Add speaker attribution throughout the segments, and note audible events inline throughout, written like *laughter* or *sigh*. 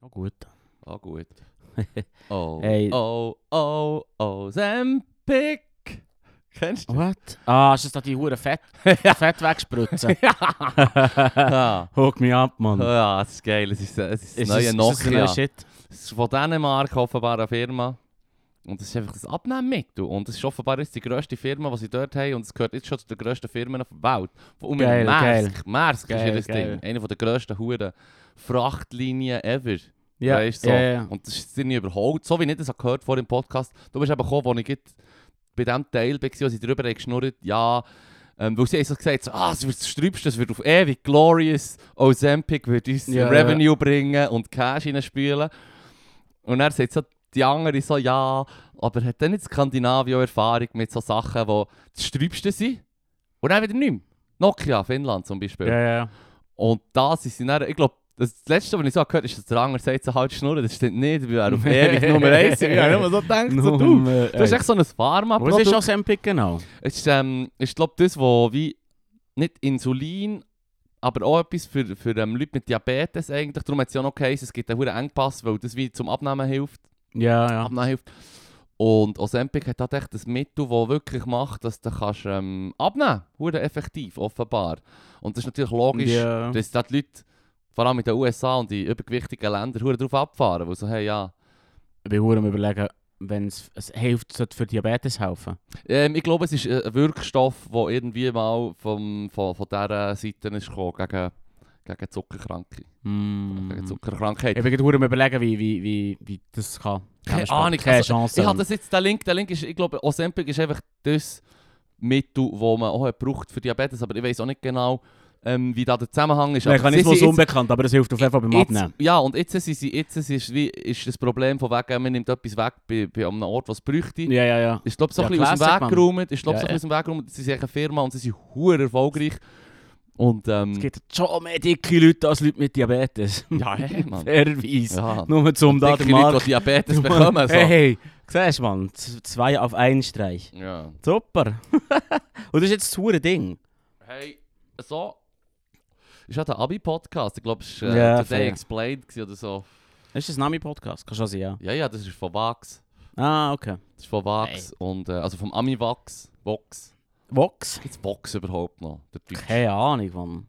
Speaker 1: Na gut.
Speaker 2: Ah,
Speaker 1: *laughs*
Speaker 2: gut. Oh,
Speaker 1: Hey.
Speaker 2: oh, oh, oh, Zempic.
Speaker 1: *laughs*
Speaker 2: Kennst du?
Speaker 1: What? Ah, ist das da die Hure
Speaker 2: *laughs*
Speaker 1: Fett, Fett wegspritzen?
Speaker 2: ja.
Speaker 1: Hook me up, Mann.
Speaker 2: ja, das ist geil. Es ist, es ist das
Speaker 1: Ist
Speaker 2: Äh, neue
Speaker 1: es- ist es ein
Speaker 2: Nokia.
Speaker 1: neuer Shit?
Speaker 2: Es ist von Dänemark offenbar eine Firma. Und das ist einfach das Abnehmmittel. Und es ist offenbar jetzt die grösste Firma, die sie dort haben. Und es gehört jetzt schon zu den grössten Firmen der Welt. Von um
Speaker 1: Geil,
Speaker 2: Maersk. Maersk ist
Speaker 1: Geil,
Speaker 2: ihr das
Speaker 1: geil.
Speaker 2: Ding. Eine der grössten Huren Frachtlinien ever.
Speaker 1: Ja,
Speaker 2: Weißt du, so.
Speaker 1: ja, ja.
Speaker 2: Und das ist irgendwie überholt. So wie ich das habe gehört vor dem Podcast. Du bist eben gekommen, wo ich gerade bei dem Teil war, wo sie darüber haben geschnurrt ja, ähm, weil sie haben so gesagt so, ah, es wird das Sträubste, es wird auf ewig glorious, Ozempic wird uns
Speaker 1: Ja,
Speaker 2: Revenue bringen und Cash reinspülen. Und er sagt so, die andere so, ja, aber hat dann nicht Skandinavien auch Erfahrung mit so Sachen, die das Sträubste sind? Und dann wieder nicht mehr. Nokia, Finnland zum Beispiel.
Speaker 1: Ja, ja.
Speaker 2: Und das ist dann, ich glaube, das Letzte, was ich so gehört habe, ist, dass der andere sagt, so halt die Schnurren, das stimmt nicht,
Speaker 1: *laughs*
Speaker 2: wir wären auf ewig Nummer 1. Ich habe immer so gedacht, so, du,
Speaker 1: Nummer
Speaker 2: das ist
Speaker 1: eins.
Speaker 2: echt so ein
Speaker 1: Was äh, ist
Speaker 2: Pharma-Produkt.
Speaker 1: das Sempic genau?
Speaker 2: Es ist, ähm, ich glaube, das, wo wie nicht Insulin, aber auch etwas für, für ähm, Leute mit Diabetes eigentlich. Darum hat es ja noch geheißen, es gibt einen hohen Engpass, weil das wie zum Abnehmen hilft.
Speaker 1: Ja, ja.
Speaker 2: Abnehmen hilft. Und Ozempic hat halt echt das Mittel, das wirklich macht, dass du kannst, ähm, abnehmen kannst. effektiv, offenbar. Und das ist natürlich logisch,
Speaker 1: Ja.
Speaker 2: dass da die Leute, vor allem in den USA und in übergewichtigen Ländern, hure drauf abfahren. Weil so, hey, ja...
Speaker 1: Ich bin hure am überlegen, wenn es es hilft, sollte für Diabetes helfen.
Speaker 2: Ähm, ich glaube, es ist äh, ein Wirkstoff, der irgendwie mal vom, von, von dieser Seite ist gekommen, gegen, gegen Zuckerkranke. Gegen
Speaker 1: Mm.
Speaker 2: Zuckerkrankheit.
Speaker 1: Ich bin gerade hure am überlegen, wie, wie, wie, wie das kann.
Speaker 2: Keine
Speaker 1: Kann man
Speaker 2: Ahnung,
Speaker 1: spielen. Keine
Speaker 2: also,
Speaker 1: Chance.
Speaker 2: Ich habe das jetzt, der Link, der Link ist, ich glaube, Ozempic ist einfach das Mittel, das man auch hat braucht für Diabetes, aber ich weiß auch nicht genau, ähm, wie da der Zusammenhang ist.
Speaker 1: Der
Speaker 2: aber sie
Speaker 1: Mechanismus
Speaker 2: sind jetzt-
Speaker 1: unbekannt, aber das hilft auf jeden Fall beim
Speaker 2: Jetzt-
Speaker 1: Abnehmen.
Speaker 2: Ja, und jetzt, sind sie, jetzt ist, wie, ist das Problem von wegen, man nimmt etwas weg bei, bei einem Ort, was es bräuchte.
Speaker 1: Ja, ja, ja.
Speaker 2: Ich glaube, so
Speaker 1: Ja,
Speaker 2: ein bisschen aus dem
Speaker 1: Classic,
Speaker 2: Weg
Speaker 1: Mann.
Speaker 2: geräumt. Ich glaube,
Speaker 1: Ja,
Speaker 2: so ein
Speaker 1: ja.
Speaker 2: bisschen aus dem Weg geräumt. Sie sind eine Firma und sie sind hure erfolgreich. Und ähm,
Speaker 1: Es gibt schon mehr dicke Leute als Leute mit Diabetes.
Speaker 2: *laughs* ja, hey, Mann.
Speaker 1: *laughs* Fairerweise.
Speaker 2: Ja.
Speaker 1: Nur zum da
Speaker 2: Dicke
Speaker 1: den
Speaker 2: Leute,
Speaker 1: Markt.
Speaker 2: die Diabetes bekommen.
Speaker 1: *laughs*
Speaker 2: So.
Speaker 1: Hey, hey. Siehst du, Mann? z- Zwei auf einen Streich.
Speaker 2: Ja.
Speaker 1: Super. *laughs* Und das ist jetzt das hure Ding.
Speaker 2: Hey, so. Ist ja der Abi-Podcast. Ich glaube, es war äh,
Speaker 1: Ja,
Speaker 2: Today
Speaker 1: fair.
Speaker 2: Explained gewesen oder so.
Speaker 1: Ist das ein Nami-Podcast? Kann schon sein, ja.
Speaker 2: Ja, ja, das ist von Vax.
Speaker 1: Ah, okay.
Speaker 2: Das ist von Vax. Und, äh, also vom Ami-Vax. Vox.
Speaker 1: Vox?
Speaker 2: Gibt es Vox überhaupt noch? Der Deutsch.
Speaker 1: Keine Ahnung, Mann.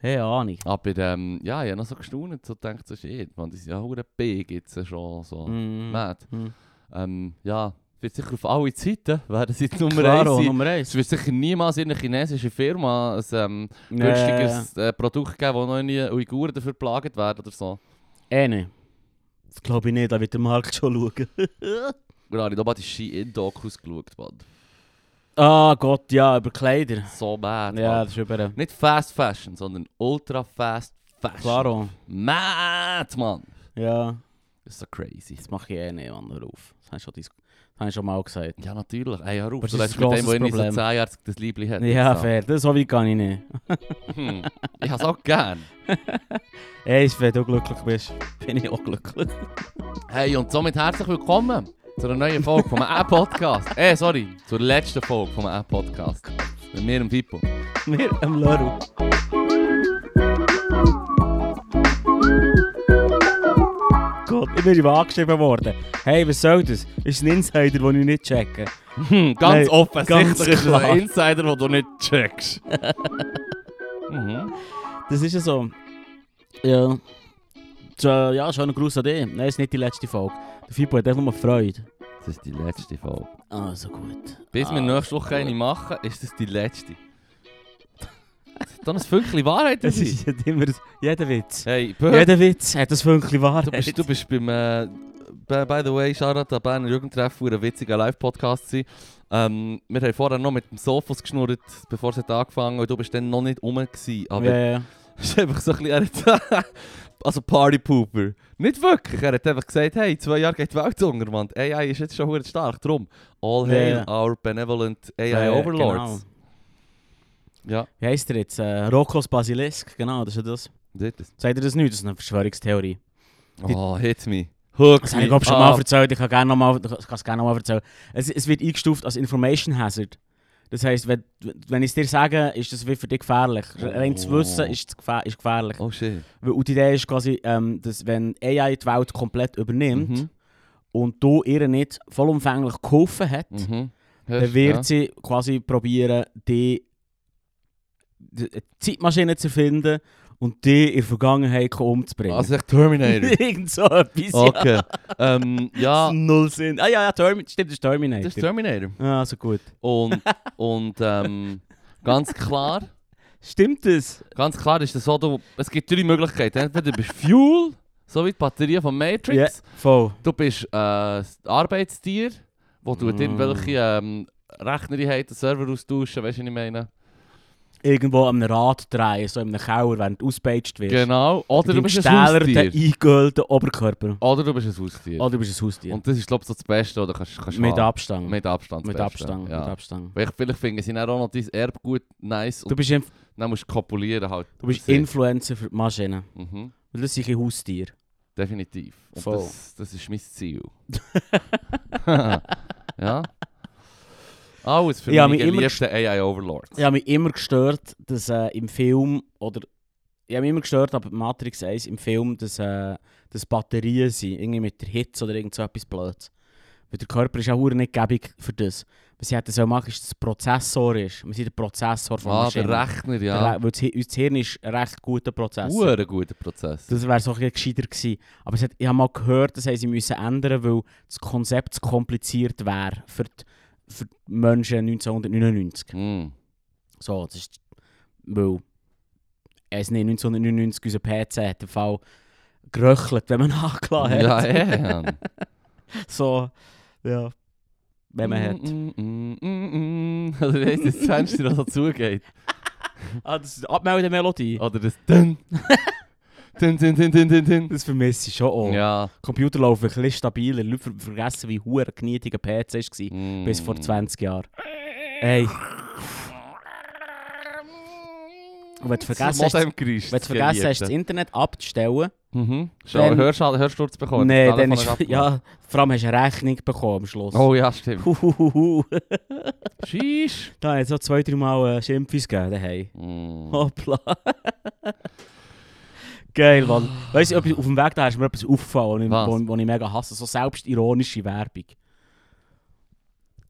Speaker 1: Keine Ahnung.
Speaker 2: Aber ähm, ja, ich habe noch so gestaunt. So denkt so, shit, man, die sind ja hure big jetzt schon. So.
Speaker 1: Mhm.
Speaker 2: Mad.
Speaker 1: Mhm.
Speaker 2: Ähm, ja, wird sicher auf alle Zeiten werden sie die Nummer
Speaker 1: Klaro,
Speaker 2: 1 sein.
Speaker 1: Nummer
Speaker 2: Es
Speaker 1: 1.
Speaker 2: wird sicher niemals in einer chinesischen Firma ein ähm,
Speaker 1: Günstiger.
Speaker 2: günstiges äh, Produkt geben, wo noch nie Uiguren dafür plagt werden oder so.
Speaker 1: Eh, ne. Das glaube ich nicht, da wird der Markt schon schauen.
Speaker 2: Und habe ich nochmal die Ski-In-Dokus geschaut, Mann.
Speaker 1: *laughs* Ah, Gott, ja, über Kleider.
Speaker 2: So mad,
Speaker 1: Ja,
Speaker 2: Mann.
Speaker 1: das ist über.
Speaker 2: Nicht Fast Fashion, sondern Ultra Fast Fashion.
Speaker 1: Klaro.
Speaker 2: Mad, Mann.
Speaker 1: Ja.
Speaker 2: Das ist so crazy.
Speaker 1: Das mache ich eh nicht, Mann, hör auf. Das habe ich schon, dis- das habe ich schon mal gesagt.
Speaker 2: Ja, natürlich. Ey, hör auf.
Speaker 1: Aber
Speaker 2: Du
Speaker 1: das ist
Speaker 2: lässt
Speaker 1: ein
Speaker 2: mit dem,
Speaker 1: grosses
Speaker 2: wo irgendwie so
Speaker 1: Problem.
Speaker 2: 10 Jahre das Liebling hat.
Speaker 1: Ja,
Speaker 2: so.
Speaker 1: fair, das so weit kann ich nicht.
Speaker 2: Hm. Ich hab's auch gern.
Speaker 1: Ey, wenn du glücklich bist, bin ich auch glücklich.
Speaker 2: Hey und somit herzlich willkommen zu einer neuen Folge vom *laughs* A-Podcast. eh, sorry, zur letzten Folge vom A-Podcast. Mit mir und Pippo.
Speaker 1: Wir am Lörl. Gott, ich bin immer angeschrieben worden. Hey, was soll das? Ist ein Insider, den ich nicht checke.
Speaker 2: Hm, ganz
Speaker 1: Nein,
Speaker 2: offensichtlich
Speaker 1: ganz
Speaker 2: ist es
Speaker 1: klar.
Speaker 2: ein Insider, den du nicht checkst. mhm.
Speaker 1: Das ist ja so. Ja. So, ja, schönen Gruß an dich. Nein, ist nicht die letzte Folge. Der Fibo hat einfach mal Freude.
Speaker 2: Das ist die letzte Folge.
Speaker 1: Also gut.
Speaker 2: Bis wir
Speaker 1: Ah,
Speaker 2: nächste Woche eine machen, ist das die letzte. *laughs* Dann ein Fünkchen Wahrheit
Speaker 1: Das
Speaker 2: dabei.
Speaker 1: ist ja immer das- jeder Witz.
Speaker 2: Hey, Bö,
Speaker 1: Jeder Witz hat das Fünkchen Wahrheit.
Speaker 2: *laughs* du bist, du bist beim... Äh, by, by the way, Shoutout an Berner Jugendtreff, wo ein witziger Live-Podcast war. Ähm, wir haben vorher noch mit dem Sofus geschnurrt, bevor es hat angefangen hat. Du bist dann noch nicht rum. Gewesen, aber
Speaker 1: Ja, ja.
Speaker 2: *laughs* Es ist einfach so ein bisschen, er hat- *laughs* also Partypooper. Nicht wirklich, er hat einfach gesagt, hey, in zwei Jahre geht die Welt unter, Mann. AI ist jetzt schon verdammt stark, drum. All hail
Speaker 1: Ja.
Speaker 2: our benevolent AI
Speaker 1: Ja, ja,
Speaker 2: overlords. Ja,
Speaker 1: Eh, Wie heisst er jetzt? Äh, Rokos Basilisk, genau, das ist ja das.
Speaker 2: dit is.
Speaker 1: Sagt ihr das nicht? Das ist eine Verschwörungstheorie.
Speaker 2: Oh, hit me. Hook
Speaker 1: Das
Speaker 2: me
Speaker 1: habe ich glaub, schon
Speaker 2: up.
Speaker 1: mal erzählt, ich kann es gerne nochmal erzählen. Es, es wird eingestuft als Information Hazard. Dus Das heisst, wenn, wenn ich es dir sage, ist das wie für dich gefährlich. Rein zu
Speaker 2: Oh.
Speaker 1: wissen ist, es gefähr ist gefährlich.
Speaker 2: Oh shit.
Speaker 1: Weil, und die Idee ist quasi, ähm, dass wenn AI die Welt komplett übernimmt
Speaker 2: Mhm.
Speaker 1: und du ihr nicht vollumfänglich geholfen hat,
Speaker 2: Mhm.
Speaker 1: dann wird sie quasi probieren, die, die eine Zeitmaschine zu finden und die in der Vergangenheit umzubringen. *laughs*
Speaker 2: Also echt Ah, Terminator.
Speaker 1: Irgend so etwas. *laughs* Ja.
Speaker 2: Okay. ähm, ja,
Speaker 1: Das ist Null Sinn. Ah ja, ja Termin stimmt, das ist Terminator.
Speaker 2: das ist Terminator.
Speaker 1: ah, so gut.
Speaker 2: Und, und ähm, ganz klar,
Speaker 1: Stimmt das?
Speaker 2: ganz klar ist das so, du, es gibt drei Möglichkeiten. Entweder du bist Fuel, so wie die Batterie von Matrix.
Speaker 1: Ja, voll.
Speaker 2: Du bist äh, das Arbeitstier, wo du
Speaker 1: Mm.
Speaker 2: irgendwelche ähm, Rechner hat, den Server austauschen, weißt du, was ich meine?
Speaker 1: Irgendwo am Rad drehen, so in einem Keller, während du ausgepeitscht wirst.
Speaker 2: Genau. Oder du
Speaker 1: Dein
Speaker 2: bist ein
Speaker 1: gestählerten,
Speaker 2: Haustier.
Speaker 1: eingeölten Oberkörper.
Speaker 2: Oder du bist ein Haustier.
Speaker 1: Oder du bist ein Haustier.
Speaker 2: Und das ist, glaube ich, so das Beste, oder kannst, kannst
Speaker 1: mit
Speaker 2: haben.
Speaker 1: Abstand. Mit,
Speaker 2: Mit Abstand. das Beste,
Speaker 1: Abstand.
Speaker 2: Ja.
Speaker 1: Mit Abstand.
Speaker 2: Weil ich, vielleicht finden sie dann auch noch dein Erbgut nice
Speaker 1: Du
Speaker 2: und
Speaker 1: bist, inf-
Speaker 2: dann musst du kopulieren halt.
Speaker 1: du bist
Speaker 2: Das ist-
Speaker 1: Influencer für die Maschine.
Speaker 2: Mhm.
Speaker 1: Weil das sind ein Haustier.
Speaker 2: Definitiv. Und
Speaker 1: Voll.
Speaker 2: das, das ist
Speaker 1: *laughs*
Speaker 2: mein Ziel. *laughs* ja. Alles für
Speaker 1: Ich habe
Speaker 2: meine
Speaker 1: mich immer
Speaker 2: geliebten AI-Overlords.
Speaker 1: Ich habe mich immer gestört, dass äh, im Film, oder ich habe mich immer gestört, aber bei Matrix 1 im Film, dass, äh, dass Batterien sind, irgendwie mit der Hitze oder irgend so etwas Blödes. Weil der Körper ist auch verdammt nicht gäbig für das. Was sie hätten sollen machen, ist, dass es ein Prozessor ist. Wir sind der Prozessor von
Speaker 2: Ah, der
Speaker 1: Maschinen.
Speaker 2: Rechner,
Speaker 1: Der
Speaker 2: ja.
Speaker 1: Re- Weil das Hi- unser Hirn ist ein recht guter Prozessor.
Speaker 2: Huere guter Prozess.
Speaker 1: Das wäre so ein bisschen gescheiter gewesen. Aber es hat, ich habe mal gehört, das haben sie müssen ändern, weil das Konzept zu kompliziert wäre für die, für die Menschen 1999.
Speaker 2: Mm.
Speaker 1: So, das ist, weil, es nicht 1999 unser PC hat den Fall geröchelt, wenn man *laughs* nachgeladen hat.
Speaker 2: Ja, eh, ja.
Speaker 1: *laughs* So, ja, wenn man hat.
Speaker 2: Mm, mm, mm, mm, mm. Oder weißt du, das Fenster, das
Speaker 1: *laughs*
Speaker 2: so zugeht.
Speaker 1: Ah, das ist die Abmeldemelodie.
Speaker 2: Oder das Dünn. *laughs* Dünn, dünn, dünn, dünn, dünn, dünn.
Speaker 1: Das vermisse ich schon auch.
Speaker 2: Ja.
Speaker 1: Computer laufen ein bisschen stabiler. Leute ver vergessen, wie hoher gnietig ein PC war
Speaker 2: Mm.
Speaker 1: bis vor 20 Jahren. Ey, Und wenn du vergessen hast- wenn du vergessen hast, das Internet abzustellen,
Speaker 2: Mhm.
Speaker 1: Dann-
Speaker 2: Dann, hörst du Hörsturz bekommen?
Speaker 1: nee,
Speaker 2: das
Speaker 1: dann
Speaker 2: Telefon
Speaker 1: ist, *laughs*
Speaker 2: abgemacht.
Speaker 1: ja, vor allem hast du eine Rechnung bekommen am Schluss.
Speaker 2: Oh ja, stimmt.
Speaker 1: Huhuhuhu.
Speaker 2: Sheesh.
Speaker 1: *laughs* Da hat es auch zwei, drei Mal äh, Schimpfis gegeben daheim.
Speaker 2: Mm.
Speaker 1: Hoppla. Geil, Mann. Weißt du, etwas- auf dem Weg da ist mir etwas aufgefallen,
Speaker 2: Was?
Speaker 1: wo, wo ich mega hasse. So selbstironische Werbung.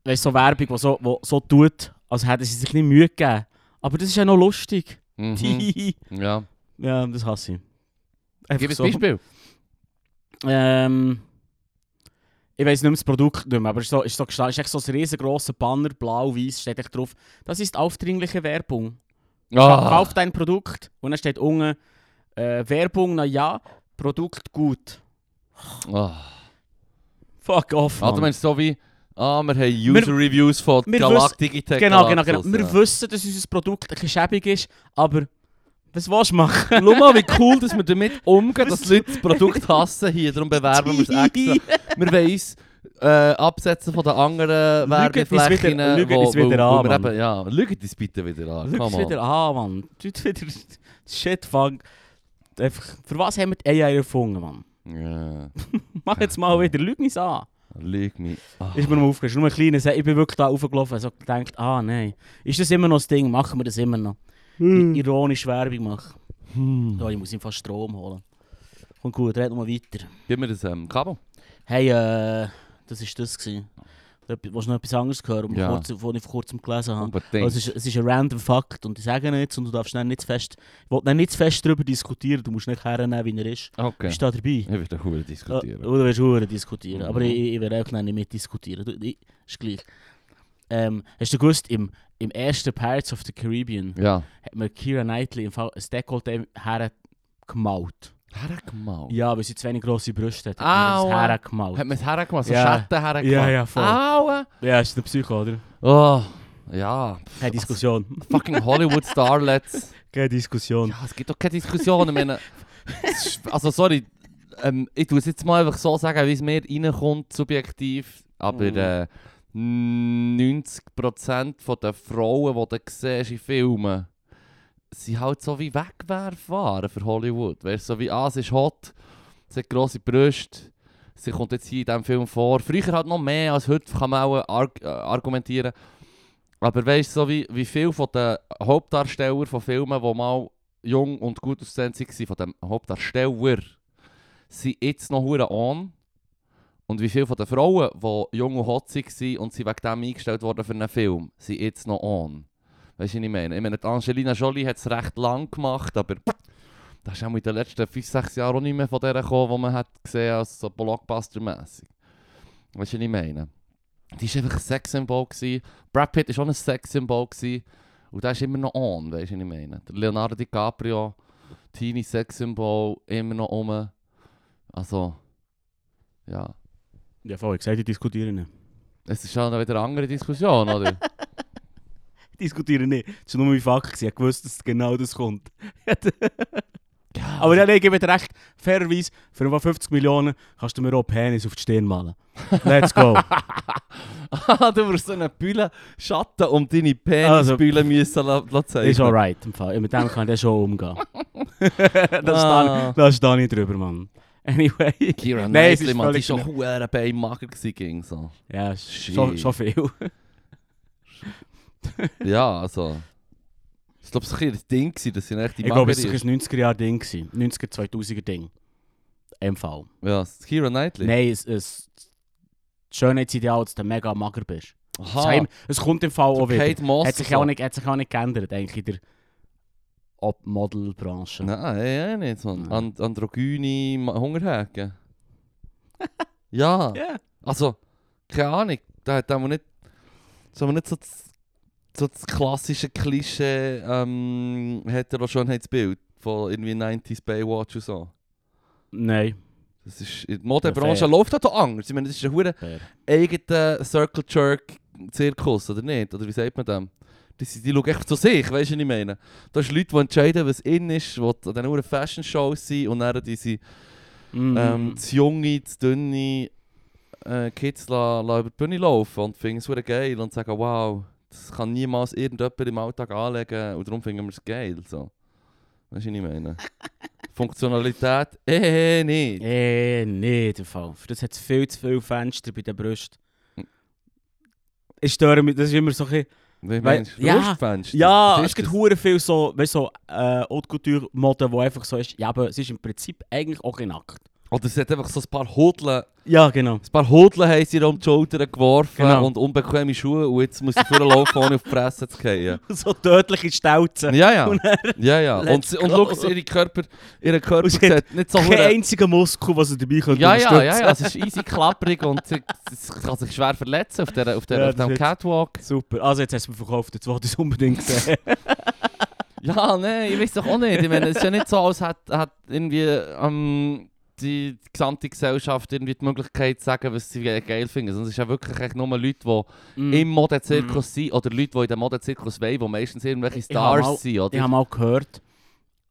Speaker 1: Weißt du, so Werbung, die so, wo so tut, als hätten sie sich nicht Mühe gegeben. Aber das ist ja noch lustig.
Speaker 2: Mhm. Ja.
Speaker 1: *laughs* ja, das hasse ich. Einfach
Speaker 2: Gib ein
Speaker 1: so.
Speaker 2: Beispiel.
Speaker 1: Ähm, ich weiß nicht mehr das Produkt nicht mehr, aber es ist, so, ist, so, gesta- ist echt so ein riesengroßer Banner, blau, weiß, steht echt drauf. Das ist aufdringliche Werbung. Ka-
Speaker 2: Ah.
Speaker 1: Kauf dein Produkt und dann steht unten äh, Werbung, na ja, Produkt gut.
Speaker 2: Ah.
Speaker 1: Fuck off.
Speaker 2: Ah, du
Speaker 1: Mann.
Speaker 2: meinst so wie, ah, wir haben User-Reviews von
Speaker 1: wir
Speaker 2: Galak Digitech.
Speaker 1: genau, genau, genau. Wir
Speaker 2: Galaxus, ja.
Speaker 1: wissen, dass unser Produkt ein bisschen schäbig ist, aber was willst du machen?
Speaker 2: *laughs*
Speaker 1: *laughs*
Speaker 2: Schau mal, Oh, wie cool, dass wir damit umgehen,
Speaker 1: Was-
Speaker 2: dass Leute das Produkt hassen hier. Darum bewerben wir es *laughs* extra. Wir wollen uns äh, absetzen von den anderen
Speaker 1: Lügt uns
Speaker 2: Werbeflächen.
Speaker 1: wieder- lügt uns wieder
Speaker 2: wo
Speaker 1: an,
Speaker 2: wir
Speaker 1: Mann.
Speaker 2: eben, ja, lügt uns bitte wieder an.
Speaker 1: Schau
Speaker 2: Come
Speaker 1: es
Speaker 2: on.
Speaker 1: wieder an, Mann. Du wieder *laughs* Shit, fang. Einfach, für was haben wir die AI erfunden, Mann?
Speaker 2: Ja,
Speaker 1: Mach jetzt mal wieder, lüg nicht an.
Speaker 2: lüg mich. Ah.
Speaker 1: Ist mir noch aufgefallen, nur ein kleines, ich bin wirklich da raufgelaufen und gedacht, ah nein, ist das immer noch das Ding, machen wir das immer noch. I ironisch Werbung machen.
Speaker 2: Hm.
Speaker 1: Ja, ich muss ihm fast Strom holen. Kommt gut, red mal weiter.
Speaker 2: Gib mir das ähm, Kabel.
Speaker 1: Hey, äh, das war das. Gewesen. Etwas- Willst du noch etwas anderes hören,
Speaker 2: Ja.
Speaker 1: was ich vor kurzem gelesen habe?
Speaker 2: Unbedingt.
Speaker 1: Also es, ist, es ist ein random Fakt und ich sage nichts und du darfst dann nicht zu fest, ich will dann nicht zu fest darüber diskutieren, du musst nicht hernehmen, wie er ist.
Speaker 2: okay.
Speaker 1: Bist du da dabei?
Speaker 2: Ich will da Huren diskutieren.
Speaker 1: Ja, oder willst du verdammt diskutieren?
Speaker 2: Mhm.
Speaker 1: Aber ich, ich werde auch nicht mitdiskutieren. Du- ich- Ist gleich. Ähm, hast du gewusst, im, im ersten Pirates of the Caribbean
Speaker 2: Ja.
Speaker 1: hat mir Kira Knightley im Fall ein Dekolleté hergemalt.
Speaker 2: Hergemalt.
Speaker 1: Ja, weil sie zu wenig grosse Brüste hat.
Speaker 2: Ah,
Speaker 1: oh, äh. Hat man das hergemalt.
Speaker 2: wow. Hat man es hergemacht? So
Speaker 1: Ja.
Speaker 2: Schatten hergemacht?
Speaker 1: Ja, ja, voll.
Speaker 2: Aua.
Speaker 1: Ja, ist der Psycho, oder?
Speaker 2: Oh, ja.
Speaker 1: Keine Diskussion.
Speaker 2: Fucking
Speaker 1: *laughs*
Speaker 2: Hollywood-Starlets.
Speaker 1: Keine Diskussion.
Speaker 2: Ja, es gibt doch keine Diskussion.
Speaker 1: *laughs*
Speaker 2: Ich meine, es ist- also sorry, ähm, ich tue es jetzt mal einfach so sagen, wie es mir reinkommt, subjektiv. Aber
Speaker 1: Mhm.
Speaker 2: äh, 90% von den Frauen, die du siehst in Filmen, sind halt so wie Wegwerfwaren für Hollywood. Weißt du, so wie, ah, sie ist hot, sie hat grosse Brüste, sie eh, kommt jetzt hier in diesem Film vor. Früher halt noch mehr als heute, kann man auch arg äh, argumentieren. Aber weißt du, so wie, wie viele von den Hauptdarstellern von Filmen, die mal jung und gut aussehend waren, von den Hauptdarstellern, sind jetzt noch hure on? Und wie viele von den Frauen, die jung und hot waren und sie wegen dem eingestellt worden für einen Film, sind jetzt noch on? Weißt du, was ich meine? Ich meine, die Angelina Jolie hat es recht lang gemacht, aber das ist auch in den letzten 5, 6 Jahren auch nicht mehr von der gekommen, die man hat gesehen als so Blockbuster-mässig. Weißt du, was ich meine? Die war einfach ein Sexsymbol. gewesen. Brad Pitt war auch ein Sexsymbol. gewesen. Und der ist immer noch on, weißt du, was ich meine? Der Leonardo DiCaprio, Teenie Sexsymbol, immer noch um. Also, ja.
Speaker 1: Ja, voll, ich gesagt, ich diskutiere nicht.
Speaker 2: Es ist schon wieder eine andere Diskussion, oder? *laughs*
Speaker 1: Ich diskutiere nicht. Das war nur mein Fakt. gewesen. Ich wusste, dass genau das kommt. Aber ja, nee, ich gebe dir recht. Fairerweise, für etwa 50 Millionen kannst du mir auch Penis auf die Stirn malen. Let's *laughs* go.
Speaker 2: Ah, du musst so einen Bühlen Schatten um deine
Speaker 1: Also-
Speaker 2: Penisbühlen müssen la- la zeigen.
Speaker 1: ist alright. Im Fall. Mit dem kann ich schon *laughs* umgehen. da stehe
Speaker 2: Ah.
Speaker 1: da steh ich drüber, Mann. Anyway. *laughs*
Speaker 2: Kira
Speaker 1: Nein, es
Speaker 2: Knightley,
Speaker 1: ist
Speaker 2: man, die
Speaker 1: völlig
Speaker 2: ist schon verdammt beinmager gewesen, ging so.
Speaker 1: Ja, schon,
Speaker 2: Shit.
Speaker 1: schon viel.
Speaker 2: Ja, also... Ich glaube, es war ein bisschen ein Ding, gewesen, dass sie echt die
Speaker 1: ich glaube,
Speaker 2: Mager
Speaker 1: es war ein
Speaker 2: ist.
Speaker 1: 90er-Jahr-Ding. 90er-2000er-Ding. Im Fall.
Speaker 2: Ja, es ist Kira Knightley.
Speaker 1: Nein, es ist Schönheitsideal, dass du mega mager bist. Das
Speaker 2: Aha,
Speaker 1: heim, es kommt im Fall auch wieder.
Speaker 2: Kate Moss.
Speaker 1: Hat sich,
Speaker 2: so.
Speaker 1: auch nicht, hat sich auch nicht geändert, eigentlich in der Ob- Modelbranche.
Speaker 2: Nein, eh eh nicht. Mann.
Speaker 1: Nein.
Speaker 2: And androgyne Ma- Hungerhäke. *laughs* ja,
Speaker 1: Ja.
Speaker 2: also, keine Ahnung. Da hat man nicht, so man nicht so das, so das klassische Klischee ähm, Hetero-Schönheitsbild von irgendwie 90s Baywatch und so.
Speaker 1: Nein.
Speaker 2: Das ist, in der Modebranche
Speaker 1: fair.
Speaker 2: läuft das doch anders. Ich meine, das ist ein hoher
Speaker 1: fair.
Speaker 2: eigener Circle Jerk Zirkus, oder nicht? Oder wie sagt man dem? Die, sind- die schauen echt zu sich, weißt du, was ich meine? Da sind Leute, die entscheiden, was in ist, die an diesen hohen Fashion-Shows sind und dann diese
Speaker 1: Mm.
Speaker 2: ähm, zu junge, zu dünne äh, Kids la, la über die Bühne laufen und finden es hure geil und sagen, wow, das kann niemals irgendjemand im Alltag anlegen und darum finden wir es dus geil. So. Weißt du, was
Speaker 1: *laughs*
Speaker 2: ich meine? Funktionalität? Eh, eh, nicht.
Speaker 1: Eh, nee, der Fall. Für das hat es viel zu viele Fenster bei der Brust.
Speaker 2: Hm.
Speaker 1: Ich störe mich, das ist immer so ein bisschen...
Speaker 2: Wie
Speaker 1: Weil-
Speaker 2: meinst du?
Speaker 1: ja.
Speaker 2: Brustfenster?
Speaker 1: Ja,
Speaker 2: Was
Speaker 1: es
Speaker 2: ist
Speaker 1: gibt
Speaker 2: das?
Speaker 1: hure viel so, weißt, so äh, Haute Couture-Mode, die einfach so ist, ja, aber es ist im Prinzip eigentlich auch kein Akt.
Speaker 2: Oder es hat einfach so ein paar Hudeln
Speaker 1: Ja, *laughs* genau.
Speaker 2: Ein paar Hudeln haben sie ihr um die Schultern geworfen
Speaker 1: Genau.
Speaker 2: und unbequeme Schuhe und jetzt muss ich vorher laufen, ohne auf die Fresse zu fallen.
Speaker 1: So tödliche Stelzen. *laughs*
Speaker 2: Ja, ja. ja, ja. Und,
Speaker 1: Let's
Speaker 2: sie- und
Speaker 1: go.
Speaker 2: schau, sie- ihre Körper, ihre Körper
Speaker 1: Und sie hat
Speaker 2: sieht nicht so
Speaker 1: Kein
Speaker 2: hure-
Speaker 1: einziger Muskel, was er dabei könnte
Speaker 2: Ja, ja, ja,
Speaker 1: unterstützen.
Speaker 2: ja. Es ist easy klapperig und sie, sie kann sich schwer verletzen auf, der, auf, der,
Speaker 1: Ja,
Speaker 2: auf
Speaker 1: das
Speaker 2: dem
Speaker 1: ist-
Speaker 2: Catwalk.
Speaker 1: *laughs* Super. Ah, Also jetzt hast du mir verkauft, jetzt wollte ich es unbedingt
Speaker 2: *laughs*
Speaker 1: sehen.
Speaker 2: Ja, nein, ich weiß doch auch nicht. Ich meine, es ist ja nicht so, als hat, hat irgendwie ähm, die gesamte Gesellschaft irgendwie die Möglichkeit zu sagen, was sie ge- geil finden. Sondern es ist ja wirklich echt nur Leute, die
Speaker 1: Mm.
Speaker 2: im Modezirkus sind oder Leute, die in den Modezirkus wollen, die meistens irgendwelche
Speaker 1: Ich habe
Speaker 2: Stars
Speaker 1: mal-
Speaker 2: sind,
Speaker 1: Ich habe
Speaker 2: oder?
Speaker 1: mal gehört,